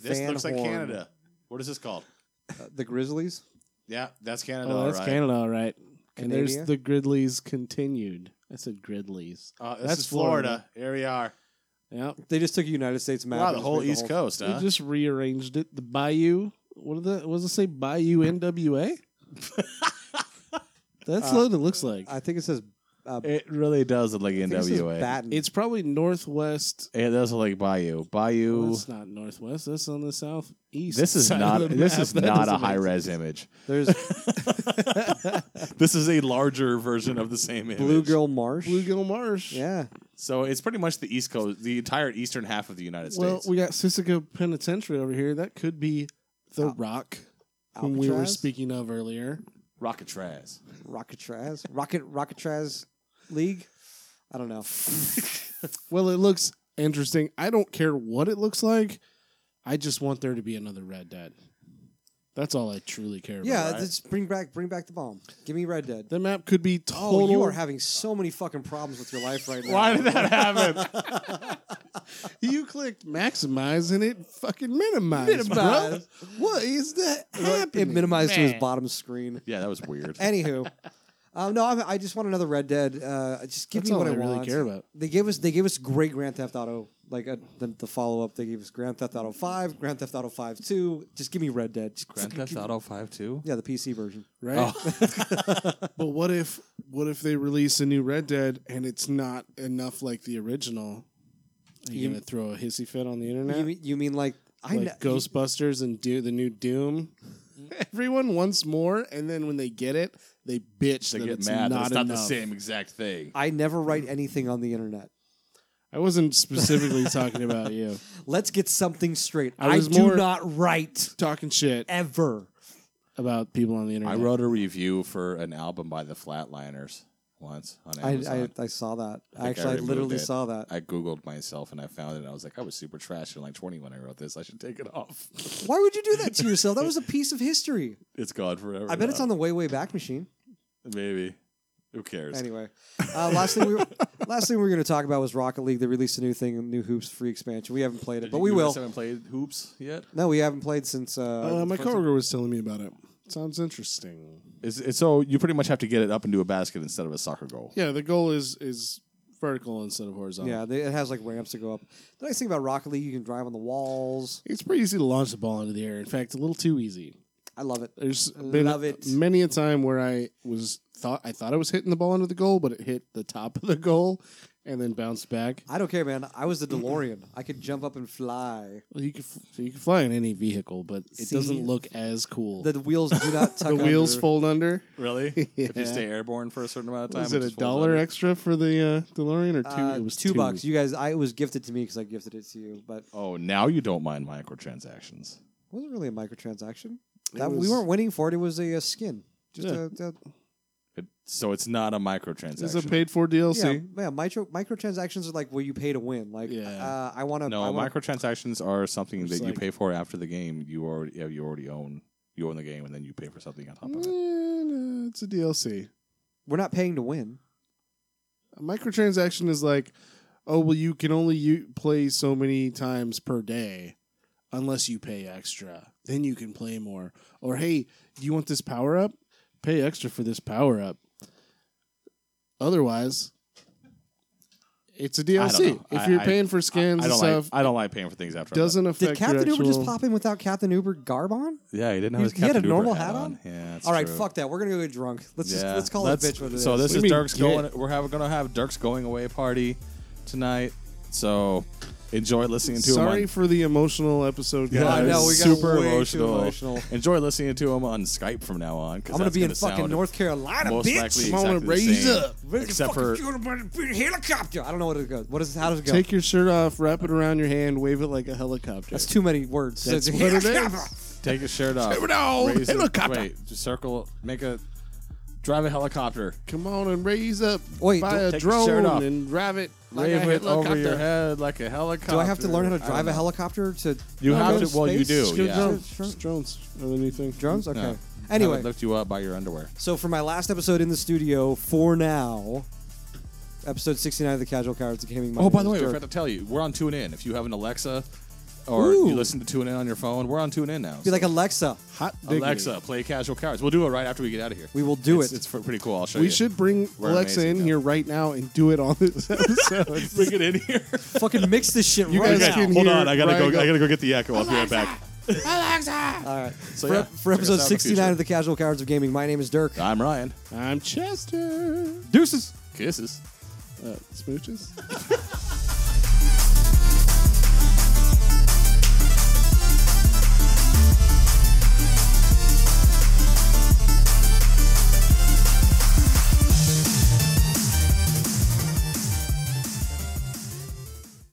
B: this
A: Van
B: looks like
A: Horn.
B: Canada. What is this called?
A: Uh, the Grizzlies?
B: Yeah, that's Canada.
C: Oh, that's
B: all right.
C: Canada, all right. And there's
A: Canada?
C: the Gridleys continued. I said Gridleys.
B: Uh, this
C: That's
B: is Florida. Here we are.
C: Yep.
A: They just took a United States map.
B: wow,
A: and
B: the
A: just
B: whole
A: made
B: East Coast,
C: They
B: huh?
C: just rearranged it. The Bayou. What did that? What does it say? Bayou NWA. That's
A: Uh,
C: what it looks like.
A: I think it says uh,
B: It really does look like
A: I think this is
B: NWA.
A: Baton.
C: It's probably northwest.
B: It does look like Bayou. Bayou.
C: That's not northwest. Oh, That's on the southeast.
B: This is
C: side
B: not.
C: of the
B: This
C: map.
B: is
C: That
B: not
C: doesn't
B: a
C: make
B: high
C: sense.
B: res image.
A: there's
B: This is a larger version of the same image.
A: Blue Girl Marsh.
C: Bluegill Marsh.
A: Yeah,
B: So it's pretty much the East Coast, the entire eastern half of the United States.
C: Well, we got Sissica Penitentiary over here. That could be the
A: Al-
C: Rock, whom we were
A: Alcatraz?
C: speaking of earlier.
B: Rocket Traz.
A: Rocketraz, Rocket Rocketraz League. I don't know.
C: Well, it looks interesting. I don't care what it looks like. I just want there to be another Red Dead. That's all I truly care
A: yeah,
C: about.
A: just bring back bring back the bomb. Give me Red Dead.
C: the map could be
A: Oh,
C: total.
A: you are having so many fucking problems with your life right now.
B: Why did that happen?
C: You clicked maximize and it fucking minimize.
A: Minimize.
C: bro. What is that
A: It
C: happening?
A: minimized to
B: Man.
A: his bottom screen.
B: yeah, that was weird.
A: Anywho, um, no, I'm, I just want another Red Dead. Uh, just give
C: That's
A: me
C: all
A: what
C: I
A: I,
C: really
A: want.
C: care about.
A: They gave us they gave us great Grand Theft Auto like uh, the, the follow up. They gave us Grand Theft Auto Five, Grand Theft Auto Five Two. Just give me Red Dead. Just give- give-
B: Auto Five Two.
A: Yeah, the PC version.
C: right?
B: Oh.
C: but what if what if they release a new Red Dead and it's not enough like the original? Are you,
A: You-
C: gonna throw a hissy fit on the internet?
A: You, mean- you mean like I kn-
C: like
A: Mm-hmm.
C: Ghostbusters and do the new Doom. Everyone wants more, and then when they get it, they bitch
B: They
C: that
B: get
C: it's
B: mad. that
C: not
B: It's not the
C: enough.
B: same exact thing.
A: I never write anything on the internet.
C: I wasn't specifically talking about you.
A: Let's get something straight.
C: I
A: I,
C: was
A: do
C: more-
A: not write
C: Talking shit
A: ever.
C: about people on the internet.
B: I wrote a review for an album by the Flatliners once on
A: I, I,
B: Amazon.
A: I saw that.
B: think
A: I,
B: I
A: actually I
B: removed
A: literally
B: it.
A: saw that.
B: I, googled myself and I found it. and I was like, I was super trash in like 20 when I wrote this. I should take it off.
A: Why would you do that to yourself? That was a piece of history.
B: it's gone forever.
A: I bet it's
B: now.
A: on the way way back machine.
B: Maybe. Who cares?
A: Anyway, uh, last thing we were, last thing we were going to talk about was Rocket League. They released a new thing, a new hoops free expansion. We haven't played it,
B: Did
A: but
B: you-
A: we
B: you
A: will.
B: guys haven't played hoops yet.
A: No, we haven't played since. Uh,
C: Uh, my coworker was telling me about it. Sounds interesting.
B: It's, it's so you pretty much have to get it up into a basket instead of a soccer goal.
C: Yeah, the goal is is vertical instead of horizontal.
A: yeah, they, it has like ramps to go up. The nice thing about Rocket League, you can drive on the walls.
C: It's pretty easy to launch the ball into the air. In fact, a little too easy.
A: I love it.
C: There's
A: Love
C: been
A: it.
C: many a time where I was thought I thought I was hitting the ball into the goal, but it hit the top of the goal and then bounced back.
A: I don't care, man. I was the DeLorean. I could jump up and fly.
C: Well, you can f- you can fly in any vehicle, but it
A: See?
C: doesn't look as cool.
A: The wheels do not tuck.
C: The wheels
A: under.
C: fold under.
B: Really? If
C: Yeah.
B: you stay airborne for a certain amount of time,
C: Is it a
B: just folds
C: dollar
B: under.
C: extra for the uh, DeLorean or two?
A: Uh,
C: it was
A: two, bucks. You guys, I it was gifted to me because I gifted it to you, but it
B: Oh, now you don't mind microtransactions.
A: wasn't really a microtransaction. That
C: was-
A: we weren't winning for it. It was a, uh skin. Just
C: Yeah.
A: a, a
B: It, so it's not a microtransaction.
C: It's a paid for DLC.
A: yeah, yeah. Micro microtransactions are like where you pay to win. Like,
C: Yeah.
A: uh, I want to.
B: no,
A: I wanna,
B: microtransactions are something
C: It's
B: that you
C: like-
B: pay for after the game. You already yeah, you already own you own the game, and then you pay for something on top of it.
C: Eh, no, it's a DLC.
A: We're not paying to win.
C: A microtransaction is like, oh well, you can only u- play so many times per day, unless you pay extra. Then you can play more. Or hey, do you want this power up? Pay extra for this power up. Otherwise, it's a DLC.
B: know.
C: If
B: I-
C: you're
B: I-
C: paying for skins
B: I
C: and
B: don't
C: stuff,
B: like I don't like paying for things after. I'm
C: doesn't
A: Did
C: affect.
A: Captain
C: your
A: Uber just
C: actual-
A: pop in without Captain Uber garb on?
B: done. Yeah, he didn't have
A: He-
B: his
A: he had a
B: Captain Uber
A: normal hat on?
B: Yeah, that's
A: All right,
B: true.
A: fuck that. We're gonna go get drunk. Let's just
B: Yeah.
A: let's call
B: Let's-
A: it bitch what it is.
B: So this
C: What
B: is
C: do you mean,
B: Dirk's
C: get?
B: going. We're have, gonna have Dirk's going away party tonight. So enjoy listening to
C: Sorry
B: him.
C: for the emotional episode, guys.
B: on,
A: I know, we got
B: super
A: way too
B: emotional.
A: emotional.
B: Enjoy listening to him on Skype from now on.
A: I'm gonna be in fucking North Carolina,
B: Most
A: bitch.
B: likely,
C: Come on,
B: exactly the
C: raise
B: same,
C: up.
B: Except for
A: helicopter. I don't know what it goes. What is how does it go?
C: Take your shirt off, wrap it around your hand, wave it like a helicopter.
A: That's too many words.
C: That's
A: It's
C: what it
A: helicopter.
C: is.
B: Take a shirt off.
C: down,
B: raise it-
C: helicopter.
B: Wait, just circle. Make a drive a helicopter.
C: Come on and raise up,
A: Wait,
C: buy
A: don't-
C: a
B: Take your shirt
C: drone
B: off.
C: and drive it like
B: Wave
C: a
B: it over
C: helicopter.
B: your head like a helicopter.
A: Do I have to learn how to
B: I
A: drive
B: don't
A: a
B: know.
A: helicopter to?
B: You
A: not
B: have
A: go
B: to. Well, you
A: space?
B: do.
C: Just go
B: Yeah.
C: drones. Just drones or anything.
A: Drones. Okay.
B: No.
A: Anyway,
B: I looked you up by your underwear.
A: so for my last episode in the studio for now, episode sixty nine of the Casual Cowards of Gaming. My
B: Oh, by
A: name
B: the way,
A: is
B: we
A: Dirk.
B: forgot to tell you, we're on TuneIn. If you have an Alexa or
A: Ooh.
B: you listen to TuneIn on your phone, we're on TuneIn now.
A: be like Alexa.
C: Hot diggity.
B: Alexa, play Casual Cowards. We'll do it right after we get out of here.
A: We will do
B: it's,
A: it.
B: It's fr- pretty cool. I'll show
C: We
B: you.
C: should bring
B: Oh, We're
C: Alexa
B: amazing,
C: in
B: yeah.
C: here right now and do it on this episode.
B: bring it in here.
A: Fucking mix this shit
C: You
A: right
C: guys
A: now.
C: can- Hold on, I gotta go- I
B: gotta go get the echo. I'll be right back.
A: All right.
B: So
A: for, for
B: yeah, check us out in
A: episode
B: the
A: sixty
B: future.
A: nine of the Casual Cowards of Gaming, my name is Dirk.
B: I'm Ryan.
C: I'm Chester.
A: Deuces.
B: Kisses.
C: Uh, smooches?